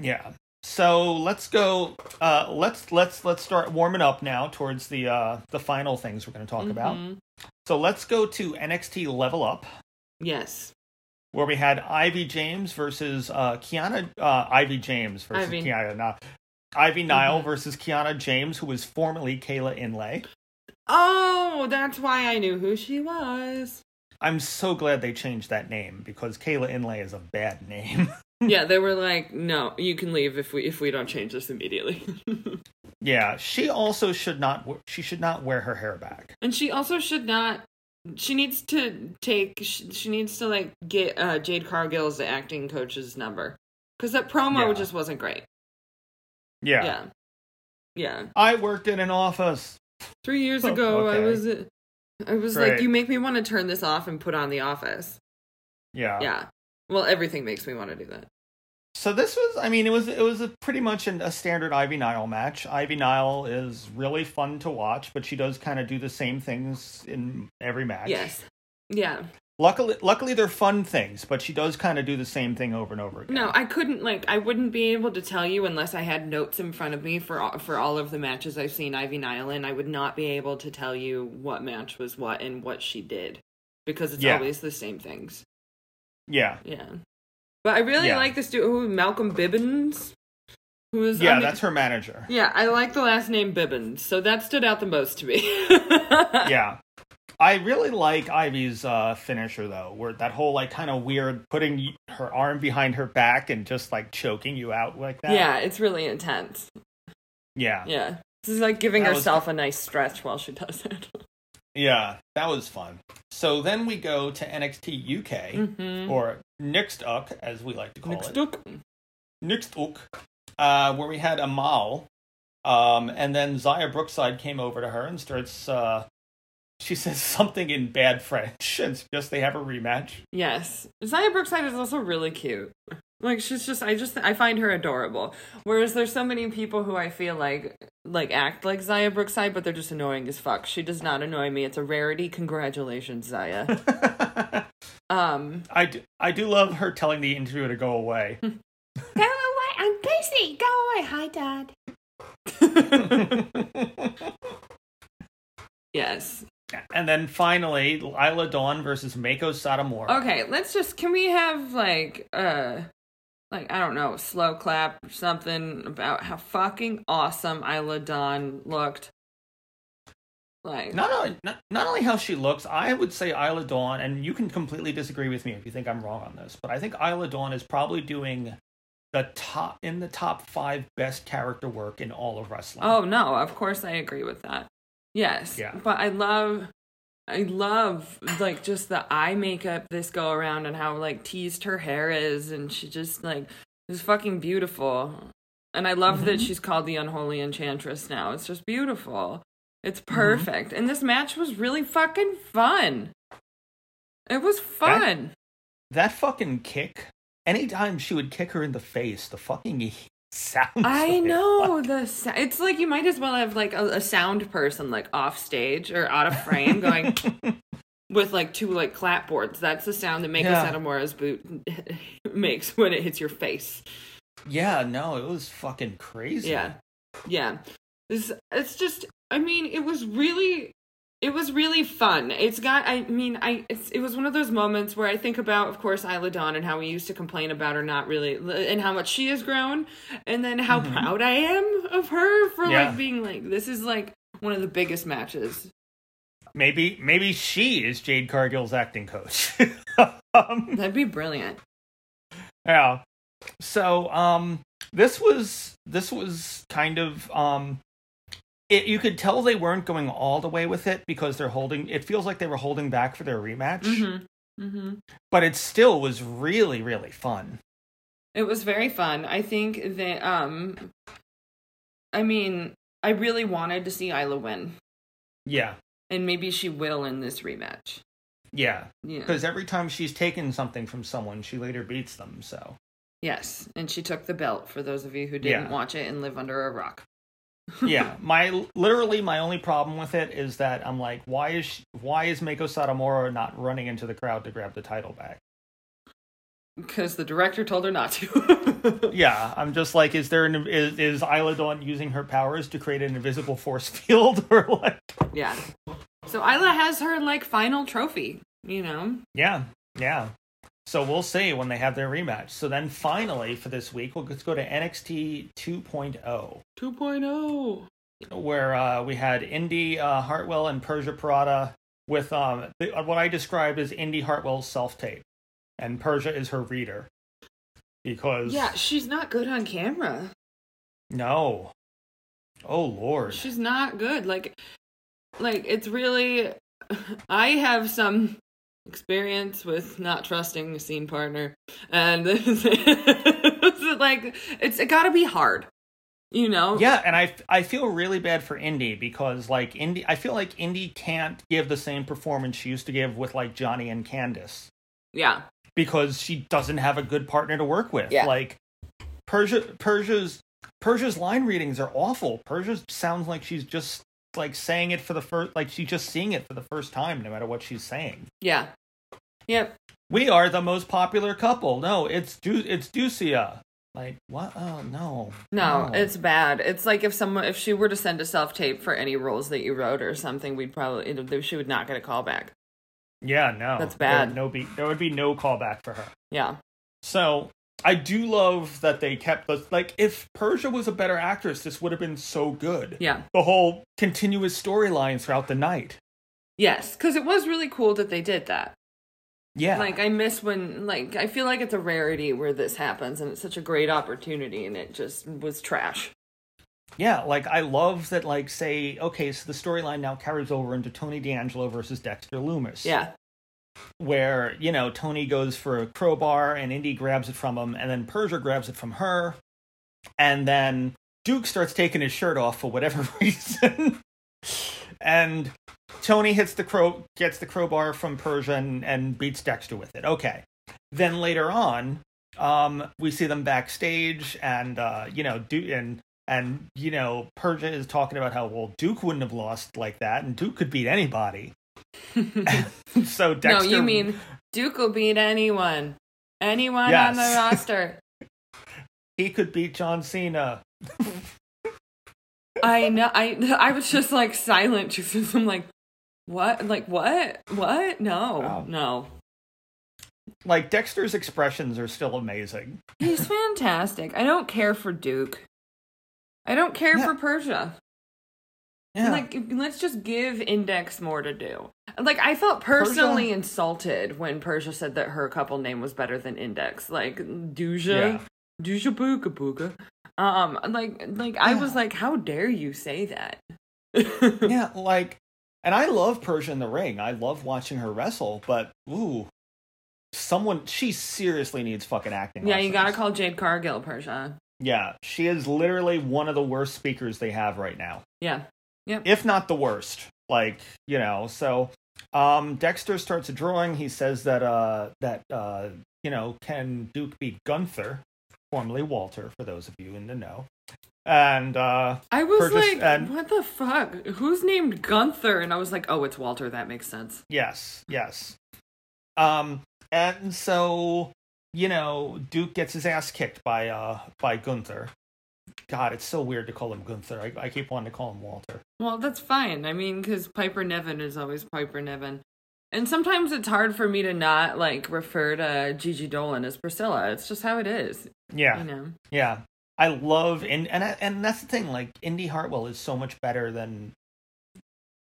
S2: yeah. So let's go. Uh, let's let's let's start warming up now towards the uh, the final things we're going to talk about.
S1: Mhm.
S2: So let's go to NXT Level Up,
S1: Yes.
S2: where we had Ivy James versus uh, Kiana. Uh, Ivy James versus
S1: Ivy.
S2: Kiana. Nah, Ivy Nile
S1: Mhm.
S2: versus Kiana James, who was formerly Kayla Inlay.
S1: Oh, that's why I knew who she was.
S2: I'm so glad they changed that name because Kayla Inlay is a bad name.
S1: yeah, they were like, "No, you can leave if we if we don't change this immediately."
S2: yeah, she also should not. w- She should not wear her hair back.
S1: and she also should not she needs to take she, she needs to like get uh, Jade Cargill's acting coach's number because that promo
S2: Yeah.
S1: just wasn't great.
S2: Yeah.
S1: Yeah, yeah.
S2: I worked in an office.
S1: Three years
S2: Oh,
S1: ago, I
S2: okay.
S1: was uh, I was like,
S2: Great.
S1: you make me want to turn this off and put on The Office.
S2: Yeah.
S1: yeah. Well, everything makes me want to do that.
S2: So this was, I mean, it was it was a pretty much an, a standard Ivy Nile match. Ivy Nile is really fun to watch, but she does kind of do the same things in every match.
S1: Yes. Yeah.
S2: Luckily, luckily they're fun things, but she does kind of do the same thing over and over again.
S1: No, I couldn't like I wouldn't be able to tell you unless I had notes in front of me for all, for all of the matches I've seen Ivy Nile in. I would not be able to tell you what match was what and what she did because it's
S2: Yeah.
S1: always the same things.
S2: Yeah.
S1: Yeah. But I really
S2: Yeah.
S1: like this dude who Malcolm Bibbins who is
S2: Yeah,
S1: on the-
S2: that's her manager.
S1: Yeah, I like the last name Bibbins. So that stood out the most to me.
S2: yeah. I really like Ivy's uh, finisher though, where that whole like kind of weird putting y- her arm behind her back and just like choking you out like that.
S1: yeah, it's really intense.
S2: Yeah.
S1: Yeah. This is like giving
S2: That was-
S1: herself a nice stretch while she does it.
S2: Yeah, that was fun. So then we go to NXT UK
S1: Mhm.
S2: or Next Up as we like to call
S1: Next
S2: it.
S1: up.
S2: Next Up, uh, where we had Amal, um, and then Zaya Brookside came over to her and starts. Uh, she says something in bad French, and just they have a rematch.
S1: Yes. Zaya Brookside is also really cute. Like she's just I just I find her adorable. Whereas there's so many people who I feel like like act like Zaya Brookside, but they're just annoying as fuck. She does not annoy me. It's a rarity. Congratulations, Zaya. um
S2: I do, I do love her telling the interviewer to go away.
S1: Go away, I'm busy. Go away. Hi Dad. Yes.
S2: and then finally, Isla Dawn versus Mako Satomura.
S1: Okay, let's just can we have like uh like I don't know, slow clap or something about how fucking awesome Isla Dawn looked. Like
S2: Not, only, not not only how she looks, I would say Isla Dawn, and you can completely disagree with me if you think I'm wrong on this, but I think Isla Dawn is probably doing the top in the top five best character work in all of wrestling.
S1: Oh no, of course I agree with that. Yes.
S2: Yeah.
S1: But I love I love like just the eye makeup this go around and how like teased her hair is and she just like is fucking beautiful. And I love that she's called the unholy enchantress now. It's just beautiful. It's perfect. And this match was really fucking fun. It was fun.
S2: That fucking kick! Anytime she would kick her in the face, the fucking sound.
S1: I
S2: of it.
S1: know the sa- it's like you might as well have like a, a sound person like off stage or out of frame going with like two like clapboards. That's the sound that Mako
S2: Yeah.
S1: Satomura's boot makes when it hits your face.
S2: Yeah, no, it was fucking crazy.
S1: Yeah, yeah. This it's just. I mean, it was really, it was really fun. It's got. I mean, I it's, it was one of those moments where I think about, of course, Isla Dawn and how we used to complain about her not really, and how much she has grown, and then how proud I am of her for
S2: Yeah.
S1: like being like this is like one of the biggest matches.
S2: Maybe maybe she is Jade Cargill's acting coach.
S1: That'd be brilliant.
S2: Yeah. So um this was this was kind of um it, you could tell they weren't going all the way with it because they're holding it feels like they were holding back for their rematch,
S1: Mm-hmm. Mm-hmm.
S2: but it still was really really fun.
S1: It was very fun. I think that um I mean, I really wanted to see Isla win.
S2: Yeah.
S1: And maybe she will in this rematch.
S2: Yeah,
S1: Yeah.
S2: because every time she's taken something from someone, she later beats them. So
S1: Yes. And she took the belt for those of you who didn't
S2: Yeah.
S1: watch it and live under a rock.
S2: yeah, my literally my only problem with it is that I'm like, why is she, why is Mako Satomura not running into the crowd to grab the title back?
S1: Because the director told her not to.
S2: Yeah, I'm just like, is there an is, is Isla Dawn using her powers to create an invisible force field or like?
S1: yeah. So Isla has her like final trophy, you know?
S2: Yeah, yeah. So we'll see when they have their rematch. So then finally for this week, we'll let's go to NXT 2.0,
S1: 2.0.
S2: oh, where uh, we had Indy uh, Hartwell and Persia Parada with um the, what I described as Indy Hartwell's self tape, and Persia is her reader because
S1: Yeah, she's not good on camera.
S2: no, oh lord,
S1: She's not good. Like like it's really I have some experience with not trusting a scene partner, and this is, like it's it got to be hard, you know.
S2: Yeah, and I I feel really bad for Indy because like Indy, I feel like Indy can't give the same performance she used to give with like Johnny and Candace
S1: Yeah.
S2: because she doesn't have a good partner to work with.
S1: Yeah.
S2: Like Persia, Persia's Persia's line readings are awful. Persia sounds like she's just like saying it for the first, like she's just seeing it for the first time, no matter what she's saying.
S1: Yeah. Yep.
S2: we are the most popular couple. No, it's du- it's Ducia. Like what? Oh no.
S1: No, it's bad. It's like if someone if she were to send a self tape for any roles that you wrote or something, we'd probably it, she would not get a call back.
S2: yeah, no.
S1: That's bad.
S2: There would no, be there would be no callback for her.
S1: Yeah.
S2: So I do love that they kept the like. If Persia was a better actress, this would have been so good.
S1: Yeah.
S2: The whole continuous storyline throughout the night.
S1: Yes, because it was really cool that they did that.
S2: Yeah.
S1: Like I miss when like I feel like it's a rarity where this happens, and it's such a great opportunity, and it just was trash.
S2: yeah. Like I love that. Like say okay, so the storyline now carries over into Tony D'Angelo versus Dexter Loomis.
S1: Yeah.
S2: where you know Tony goes for a crowbar and Indy grabs it from him, and then Persia grabs it from her, and then Duke starts taking his shirt off for whatever reason, and Tony hits the crow gets the crowbar from Persia and, and beats Dexter with it. Okay, then later on, um, we see them backstage, and uh, you know Duke and. And you know, Persia is talking about how well Duke wouldn't have lost like that, and Duke could beat anybody. so Dexter,
S1: no, you mean Duke will beat anyone, anyone on the
S2: Yes.
S1: roster.
S2: he could beat John Cena.
S1: I know. I I was just like silent. Just as I'm like, what? Like what? What? No,
S2: Wow.
S1: no.
S2: Like Dexter's expressions are still amazing.
S1: He's fantastic. I don't care for Duke. I don't care
S2: Yeah.
S1: for Persia. Like, let's just give Index more to do. Like, I felt personally
S2: Persia-
S1: insulted when Persia said that her couple name was better than Index. Like, Duja,
S2: Yeah.
S1: Duja Booga Booga. Um, like, like I was
S2: Yeah.
S1: like, how dare you say that?
S2: yeah, like and I love Persia in the ring. I love watching her wrestle, but ooh. Someone she seriously needs fucking acting.
S1: yeah, you
S2: lessons.
S1: gotta call Jade Cargill Persia.
S2: Yeah, she is literally one of the worst speakers they have right now.
S1: Yeah.
S2: if not the worst. Like, you know, so um Dexter starts drawing. He says that uh that uh you know, can Duke beat Gunther, formerly Walter, for those of you in the know. And uh
S1: I was
S2: Persia-
S1: like,
S2: and-
S1: what the fuck? Who's named Gunther? And I was like, oh, it's Walter. That makes sense.
S2: yes, yes. Um and so, you know, Duke gets his ass kicked by uh by Gunther. God, it's so weird to call him Gunther. I, I keep wanting to call him Walter.
S1: Well, that's fine. I mean, because Piper Nevin is always Piper Nevin. And sometimes it's hard for me to not like refer to Gigi Dolan as Priscilla. It's just how it is,
S2: Yeah.
S1: you know.
S2: Yeah, I love and and I, and that's the thing. Like Indy Hartwell is so much better than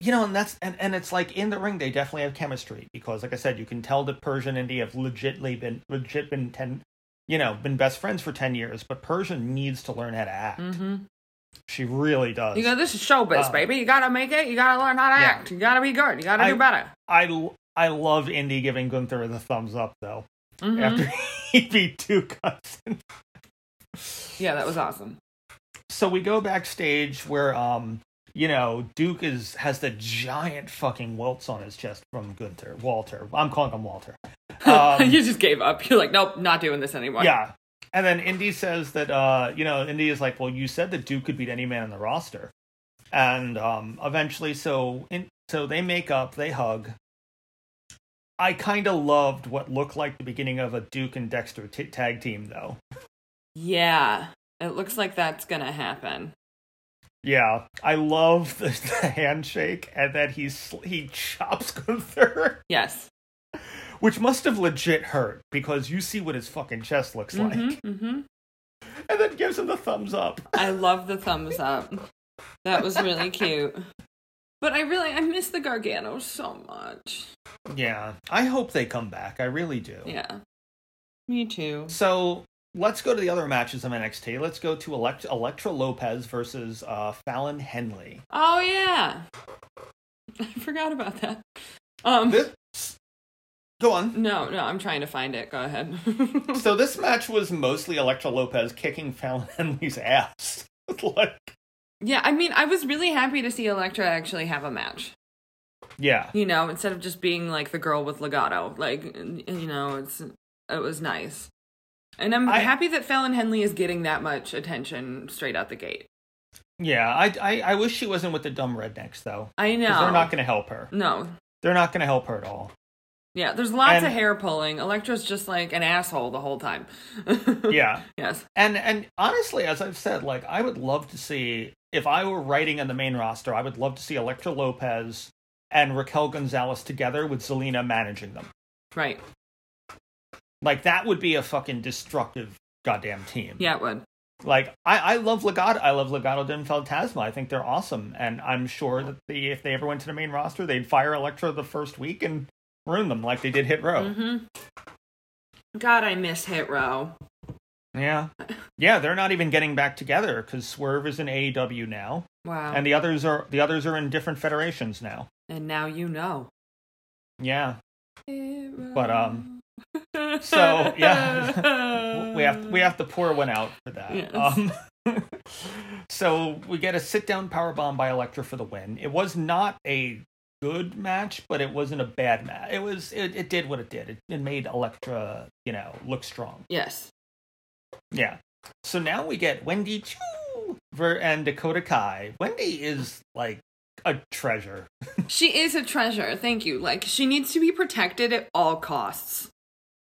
S2: you know, and that's and and it's like in the ring they definitely have chemistry because, like I said, you can tell that Persian and Indy have legitly been legit been ten, you know, been best friends for ten years. But Persian needs to learn how to act.
S1: hmm
S2: She really does.
S1: You go, this is showbiz,
S2: Uh,
S1: baby. You gotta make it. You gotta learn how to
S2: Yeah.
S1: act. You gotta be good. You gotta
S2: I-
S1: do better.
S2: I l- I love Indy giving Gunther the thumbs up though
S1: Mhm.
S2: after he beat two cuts.
S1: Yeah, that was awesome.
S2: so we go backstage where um you know duke is has the giant fucking welts on his chest from gunther walter i'm calling him walter um,
S1: you just gave up. You're like, nope, not doing this anymore.
S2: yeah and then indy says that uh you know indy is like well you said that duke could beat any man on the roster and um eventually so in, so they make up they hug i kind of loved what looked like the beginning of a duke and dexter t- tag team though
S1: Yeah. It looks like that's gonna happen.
S2: Yeah, I love the, the handshake and then he sl- he chops Gunther,
S1: Yes.
S2: which must have legit hurt because you see what his fucking chest looks like,
S1: hmm hmm
S2: and then gives him the thumbs up.
S1: I love the thumbs up. That was really cute. But I really I miss the Gargano so much.
S2: Yeah, I hope they come back. I really do.
S1: Yeah. Me too.
S2: So let's go to the other matches of NXT. Let's go to Elect- Electra Lopez versus uh, Fallon Henley.
S1: Oh yeah. I forgot about that. Um,
S2: This, go on.
S1: no, no, I'm trying to find it. Go ahead.
S2: So this match was mostly Electra Lopez kicking Fallon Henley's ass. like,
S1: yeah, I mean, I was really happy to see Electra actually have a match.
S2: yeah,
S1: You know, instead of just being like the girl with legato. Like, you know, it's it was nice. And I'm
S2: I-
S1: happy that Fallon Henley is getting that much attention straight out the gate.
S2: yeah. I, I, I wish she wasn't with the dumb rednecks though.
S1: I
S2: 'Cause
S1: know.
S2: They're not going to help her.
S1: no.
S2: They're not going to help her at all.
S1: Yeah, there's lots
S2: And-
S1: of hair pulling. Electra's just like an asshole the whole time.
S2: Yeah.
S1: Yes.
S2: And and honestly, as I've said, like I would love to see if I were writing on the main roster, I would love to see Electra Lopez and Raquel Gonzalez together with Zelina managing them.
S1: Right.
S2: Like that would be a fucking destructive goddamn team.
S1: Yeah, it would.
S2: Like I, I love Legado I love Legado del Fantasma. I think they're awesome. And I'm sure that the if they ever went to the main roster, they'd fire Electra the first week and ruin them like they did Hit Row.
S1: hmm God, I miss Hit Row.
S2: Yeah. Yeah, they're not even getting back together because Swerve is in AEW now.
S1: Wow.
S2: and the others are the others are in different federations now.
S1: and now you know.
S2: Yeah, But, um, so, yeah. we have we have to pour one out for that.
S1: Yes.
S2: Um, so we get a sit down power bomb by Electra for the win. It was not a good match, but it wasn't a bad match. It was it, it did what it did. It, it made Electra you know look strong.
S1: Yes.
S2: Yeah. So now we get Wendy Chu ver- and Dakota Kai. Wendy is like a treasure.
S1: She is a treasure. Thank you. Like, she needs to be protected at all costs.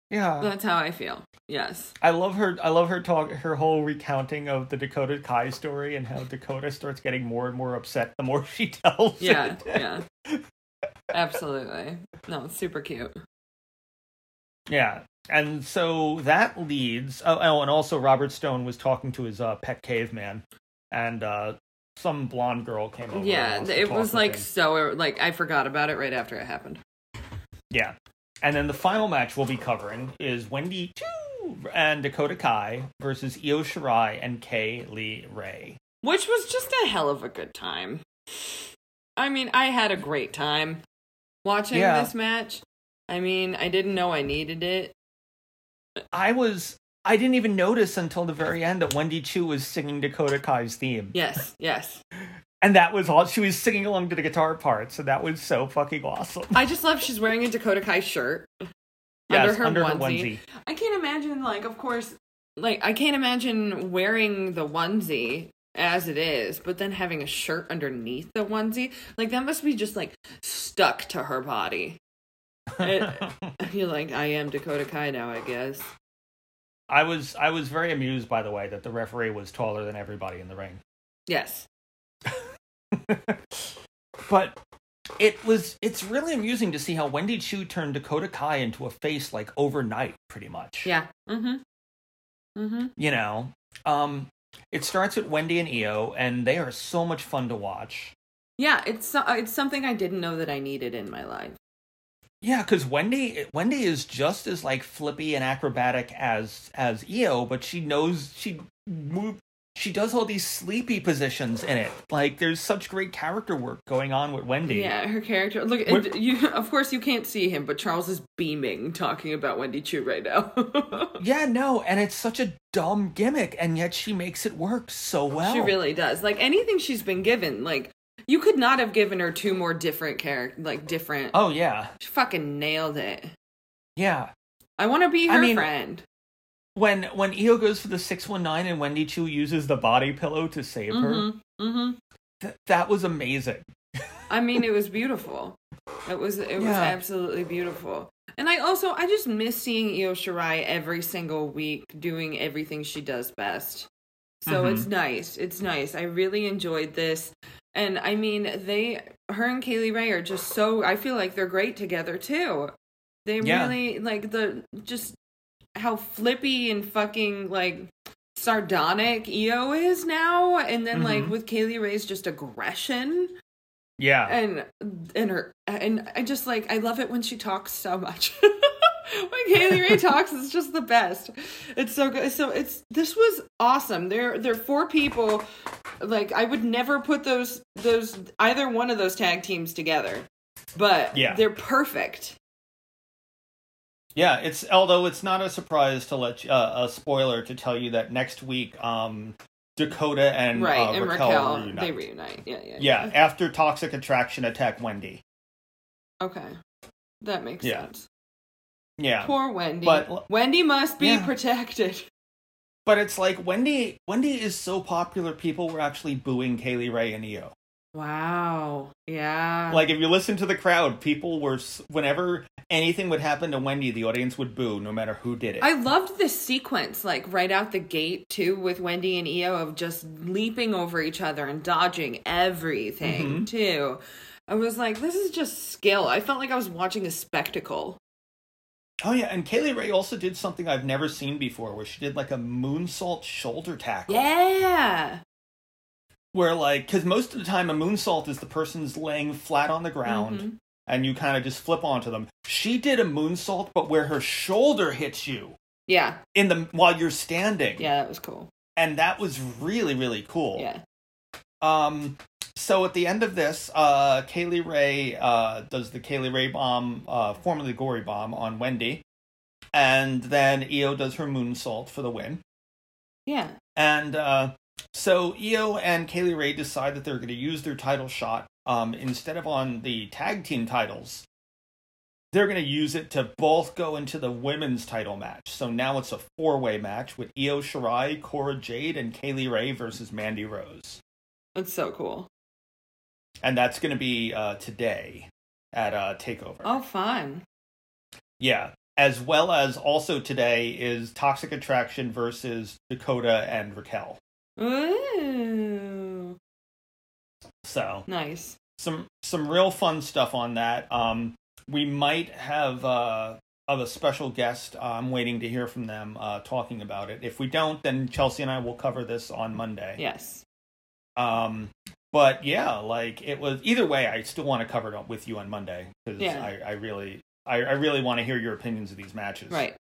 S2: Yeah.
S1: That's how I feel. Yes.
S2: I love her. I love her talk. Her whole recounting of the Dakota Kai story and how Dakota starts getting more and more upset the more she tells.
S1: Yeah.
S2: it.
S1: yeah. Absolutely. No, it's super cute.
S2: yeah. And so that leads. Oh, oh, and also Robert Stone was talking to his uh, pet caveman, and uh, some blonde girl came over. and
S1: yeah.
S2: wants to
S1: It
S2: talk
S1: was
S2: with
S1: like
S2: him.
S1: so, uh, like, I forgot about it right after it happened.
S2: yeah. And then the final match we'll be covering is Wendy Chu and Dakota Kai versus Io Shirai and Kay Lee Ray.
S1: which was just a hell of a good time. I mean, I had a great time watching
S2: Yeah.
S1: this match. I mean, I didn't know I needed it.
S2: I was I didn't even notice until the very end that Wendy Chu was singing Dakota Kai's theme.
S1: Yes, yes.
S2: And that was all she was singing along to the guitar part, so that was so fucking awesome.
S1: I just love she's wearing a Dakota Kai shirt under, her, onesie. I can't imagine, like, of course, like, I can't imagine wearing the onesie as it is, but then having a shirt underneath the onesie. Like, that must be just, like, stuck to her body. It- You're like, I am Dakota Kai now, I guess.
S2: I was I was very amused by the way that the referee was taller than everybody in the ring.
S1: Yes.
S2: But it was it's really amusing to see how Wendy Chu turned Dakota Kai into a face like overnight pretty much.
S1: Yeah. Mm-hmm. Mm-hmm.
S2: you know um it starts with wendy and eo and they are so much fun to watch
S1: Yeah, it's so- it's something I didn't know that I needed in my life.
S2: yeah because wendy wendy is just as like flippy and acrobatic as as eo but she knows she move she does all these sleepy positions in it like there's such great character work going on with wendy
S1: Yeah, her character. Look,
S2: What-
S1: and you of course you can't see him, but Charles is beaming talking about Wendy Chu right now.
S2: yeah no and it's such a dumb gimmick and yet she makes it work so well
S1: She really does. Like anything she's been given, like you could not have given her two more different character, like different.
S2: oh yeah
S1: She fucking nailed it.
S2: yeah
S1: I want to be
S2: I
S1: her
S2: mean-
S1: friend.
S2: when when eo goes for the 619 and wendy chu uses the body pillow to save her
S1: hmm hmm
S2: Th- that was amazing.
S1: I mean, it was beautiful. It was it was
S2: Yeah.
S1: absolutely beautiful. And I also I just miss seeing Io Shirai every single week doing everything she does best. So
S2: Mhm.
S1: it's nice. It's nice. I really enjoyed this. And I mean, they her and Kaylee Ray are just so I feel like they're great together too. They
S2: Yeah.
S1: really like the just how flippy and fucking like sardonic Io is now and then like
S2: Mhm.
S1: with Kaylee Ray's just aggression
S2: Yeah.
S1: and and her and I just like I love it when she talks so much. when Kaylee Ray talks, it's just the best. It's so good. So it's this was awesome. They're they're four people Like I would never put those those either one of those tag teams together. But
S2: Yeah.
S1: they're perfect.
S2: Yeah, it's although it's not a surprise to let you, uh, a spoiler to tell you that next week, um, Dakota and
S1: right,
S2: uh,
S1: and
S2: Raquel,
S1: Raquel,
S2: reunite.
S1: they reunite. Yeah, yeah.
S2: yeah, after Toxic Attraction attack Wendy.
S1: Okay. That makes
S2: Yeah.
S1: sense.
S2: Yeah,
S1: Poor Wendy.
S2: But-
S1: Wendy must be
S2: Yeah.
S1: protected.
S2: but it's like Wendy. Wendy is so popular, people were actually booing Kaylee Ray and Io.
S1: Wow. Yeah.
S2: Like if you listen to the crowd, people were s- whenever anything would happen to Wendy, the audience would boo, no matter who did it.
S1: I loved this sequence, like right out the gate, too, with Wendy and Io of just leaping over each other and dodging everything,
S2: Mm-hmm.
S1: too. I was like, this is just skill. I felt like I was watching a spectacle.
S2: oh yeah, and Kaylee Ray also did something I've never seen before, where she did like a moonsault shoulder tackle.
S1: Yeah.
S2: where like because most of the time a moonsault is the person's laying flat on the ground
S1: Mhm.
S2: and you kind of just flip onto them she did a moonsault but where her shoulder hits you
S1: Yeah.
S2: in the while you're standing
S1: Yeah, that was cool.
S2: and that was really really cool
S1: Yeah.
S2: um so at the end of this uh kaylee ray uh does the kaylee ray bomb uh formerly gory bomb on wendy and then eo does her moonsault for the win
S1: Yeah.
S2: And uh, so Io and Kaylee Ray decide that they're going to use their title shot um, instead of on the tag team titles. They're going to use it to both go into the women's title match. So now it's a four way match with Io Shirai, Cora Jade, and Kaylee Ray versus Mandy Rose.
S1: That's so cool.
S2: And that's going to be uh, today at uh, TakeOver.
S1: Oh, fun.
S2: Yeah. As well as also today is Toxic Attraction versus Dakota and Raquel.
S1: Ooh.
S2: So
S1: Nice.
S2: some some real fun stuff on that. Um, we might have uh, of a special guest. Uh, I'm waiting to hear from them uh, talking about it. If we don't, then Chelsea and I will cover this on Monday.
S1: Yes.
S2: Um, but yeah, like it was. Either way, I still want to cover it with you on Monday because
S1: Yeah.
S2: I, I really, I, I really want to hear your opinions of these matches.
S1: Right.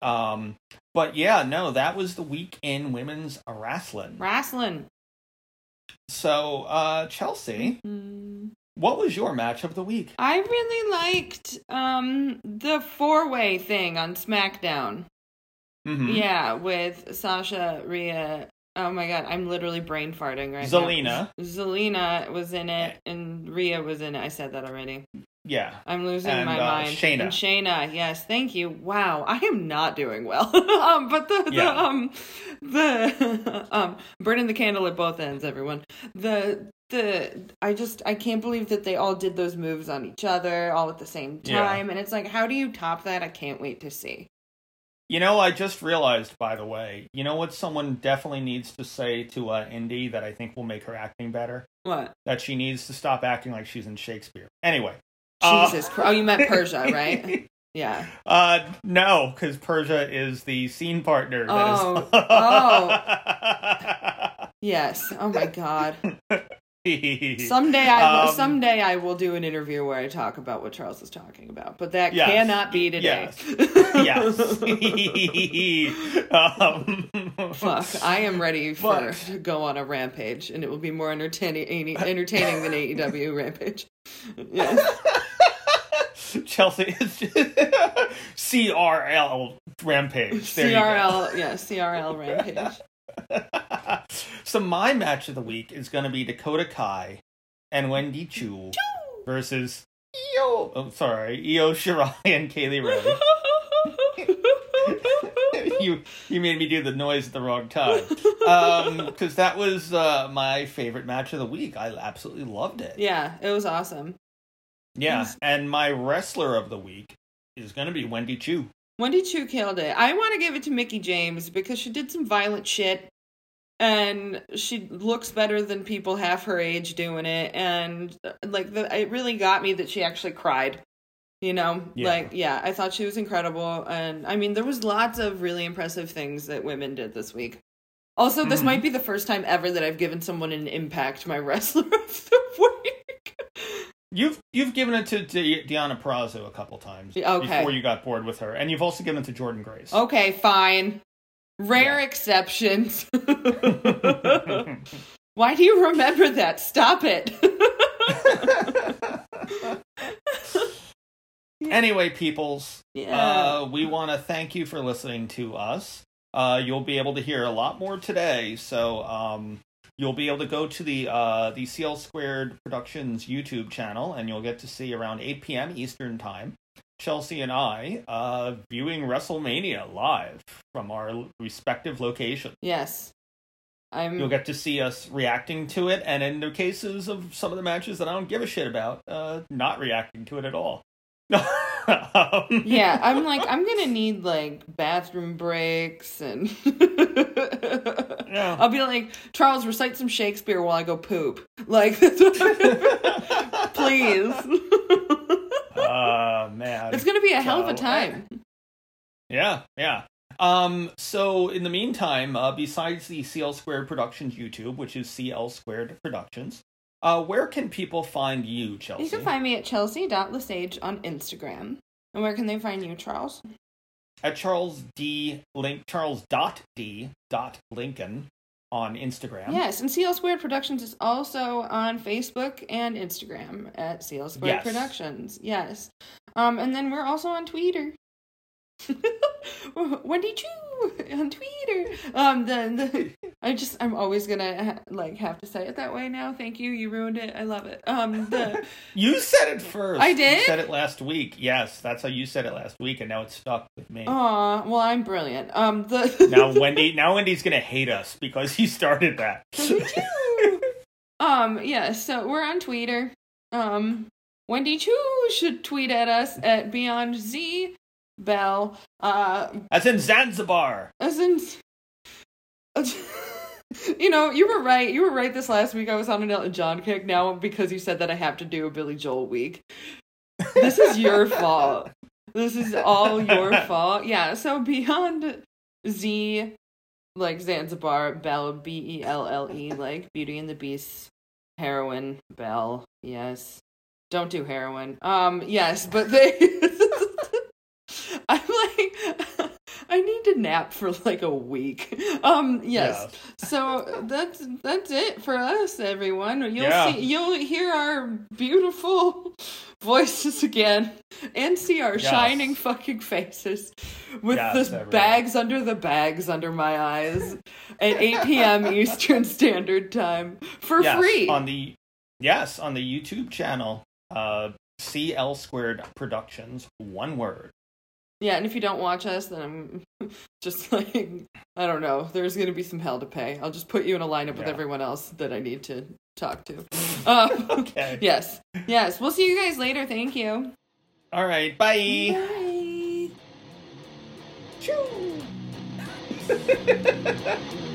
S2: Um, but yeah, no, that was the week in women's wrestling.
S1: Wrestling.
S2: So, uh, Chelsea,
S1: Mm.
S2: what was your match of the week?
S1: I really liked um the four way thing on SmackDown.
S2: Mm-hmm.
S1: Yeah, with Sasha, Rhea. Oh my god, I'm literally brain farting right
S2: Zelina. Eh.
S1: now. Zelina was in it, and Rhea was in it. I said that already.
S2: Yeah.
S1: I'm losing
S2: And,
S1: my
S2: uh,
S1: mind.
S2: Shayna.
S1: And Shayna, yes, thank you. Wow, I am not doing well. um, but the, the
S2: Yeah.
S1: um the um burning the candle at both ends, everyone. The the I just I can't believe that they all did those moves on each other all at the same
S2: Yeah.
S1: time, and it's like, how do you top that? I can't wait to see.
S2: You know, I just realized, by the way, you know what someone definitely needs to say to uh, Indy that I think will make her acting better?
S1: What
S2: That she needs to stop acting like she's in Shakespeare. Anyway. uh,
S1: Jesus? Christ. Oh, you meant Persia, right? Yeah.
S2: Uh, no, because Persia is the scene partner. That is
S1: Oh. Oh. Yes. Oh my God. Someday I will
S2: Um,
S1: someday I will do an interview where I talk about what Charles is talking about, but that
S2: Yes.
S1: cannot be today.
S2: yes. um,
S1: Fuck, I am ready for
S2: But-
S1: to go on a rampage, and it will be more entertaining entertaining than AEW rampage. Yes.
S2: Chelsea is CRL Rampage. There you go.
S1: CRL, yeah, CRL rampage.
S2: so my match of the week is going to be Dakota Kai and Wendy Chu versus Io. Oh, sorry, Io Shirai and Kaylee Ray. you you made me do the noise at the wrong time because that was uh, my favorite match of the week. I absolutely loved it.
S1: yeah, it was awesome.
S2: Yeah, and my wrestler of the week is going to be Wendy Chu.
S1: Wendy Chu killed it. I want to give it to Mickey James because she did some violent shit and she looks better than people half her age doing it and uh, like the, it really got me that she actually cried. You know,
S2: Yeah.
S1: like yeah, I thought she was incredible and I mean there was lots of really impressive things that women did this week. Also, this
S2: Mhm.
S1: might be the first time ever that I've given someone an impact my wrestler of the week.
S2: You've you've given it to De- Deanna Prazo a couple times
S1: Okay. Oh.
S2: before you got bored with her, and you've also given it to Jordan Grace.
S1: Okay, fine. Rare exceptions. Why do you remember that? Stop it.
S2: Anyway, peoples,
S1: yeah.
S2: uh, we want to thank you for listening to us. Uh, you'll be able to hear a lot more today, so um, you'll be able to go to the uh, the CL Squared Productions YouTube channel, and you'll get to see around 8 p.m. Eastern Time. Chelsea and I uh, viewing WrestleMania live from our respective locations.
S1: yes. I'm
S2: You'll get to see us reacting to it, and in the cases of some of the matches that I don't give a shit about, uh, not reacting to it at all. Um,
S1: Yeah, I'm like I'm going to need like bathroom breaks and
S2: yeah.
S1: I'll be like, Charles, recite some Shakespeare while I go poop. Like, that's what please.
S2: Uh, man.
S1: it's going to be a hell of a
S2: So,
S1: time.
S2: Yeah, yeah. Um, so in the meantime, uh, besides the CL Squared Productions YouTube, which is CL Squared Productions, uh, where can people find you, Chelsea?
S1: You can find me at chelsea.lesage on Instagram. And where can they find you, Charles?
S2: at Charles D Link Charles dot D dot Lincoln on Instagram.
S1: Yes, and CL Squared Productions is also on Facebook and Instagram at CL Squared
S2: Yes.
S1: Productions. Yes. Um, and then we're also on Twitter. Wendy Chu on Twitter. Um, the, the I just I'm always gonna ha- like have to say it that way now. Thank you, you ruined it. I love it. Um, the
S2: You said it first.
S1: I did?
S2: You said it last week. Yes, that's how you said it last week, and now it's stuck with me.
S1: aw, well I'm brilliant. Um, the
S2: Now Wendy, now Wendy's gonna hate us because he started that.
S1: Um, yeah, so we're on Twitter. Um, Wendy Chu should tweet at us at Beyond Z Bell. Uh,
S2: That's in Zanzibar.
S1: as in, you know, you were right. You were right this last week. I was on an Elton John kick. Now, because you said that, I have to do a Billy Joel week. This is your fault. This is all your fault. Yeah, so Beyond Z, like Zanzibar, Bell, B E L L E, like Beauty and the Beast, heroin, Bell, yes. Don't do heroin. Um, yes, but they. I'm like, I need to nap for like a week. Um, yes. So that's that's it for us, everyone. You'll
S2: Yeah.
S1: see, you'll hear our beautiful voices again, and see our
S2: Yes.
S1: shining fucking faces with
S2: Yes,
S1: this
S2: everyone.
S1: bags under the bags under my eyes at 8 p.m. Eastern Standard Time for
S2: yes,
S1: free.
S2: on the yes on the YouTube channel. Uh, CL Squared Productions, one word.
S1: yeah, and if you don't watch us, then I'm just like, I don't know. There's going to be some hell to pay. I'll just put you in a lineup with
S2: Yeah.
S1: everyone else that I need to talk to. Um,
S2: Okay.
S1: yes, yes. We'll see you guys later. Thank you.
S2: All right. Bye.
S1: Bye.
S2: Choo.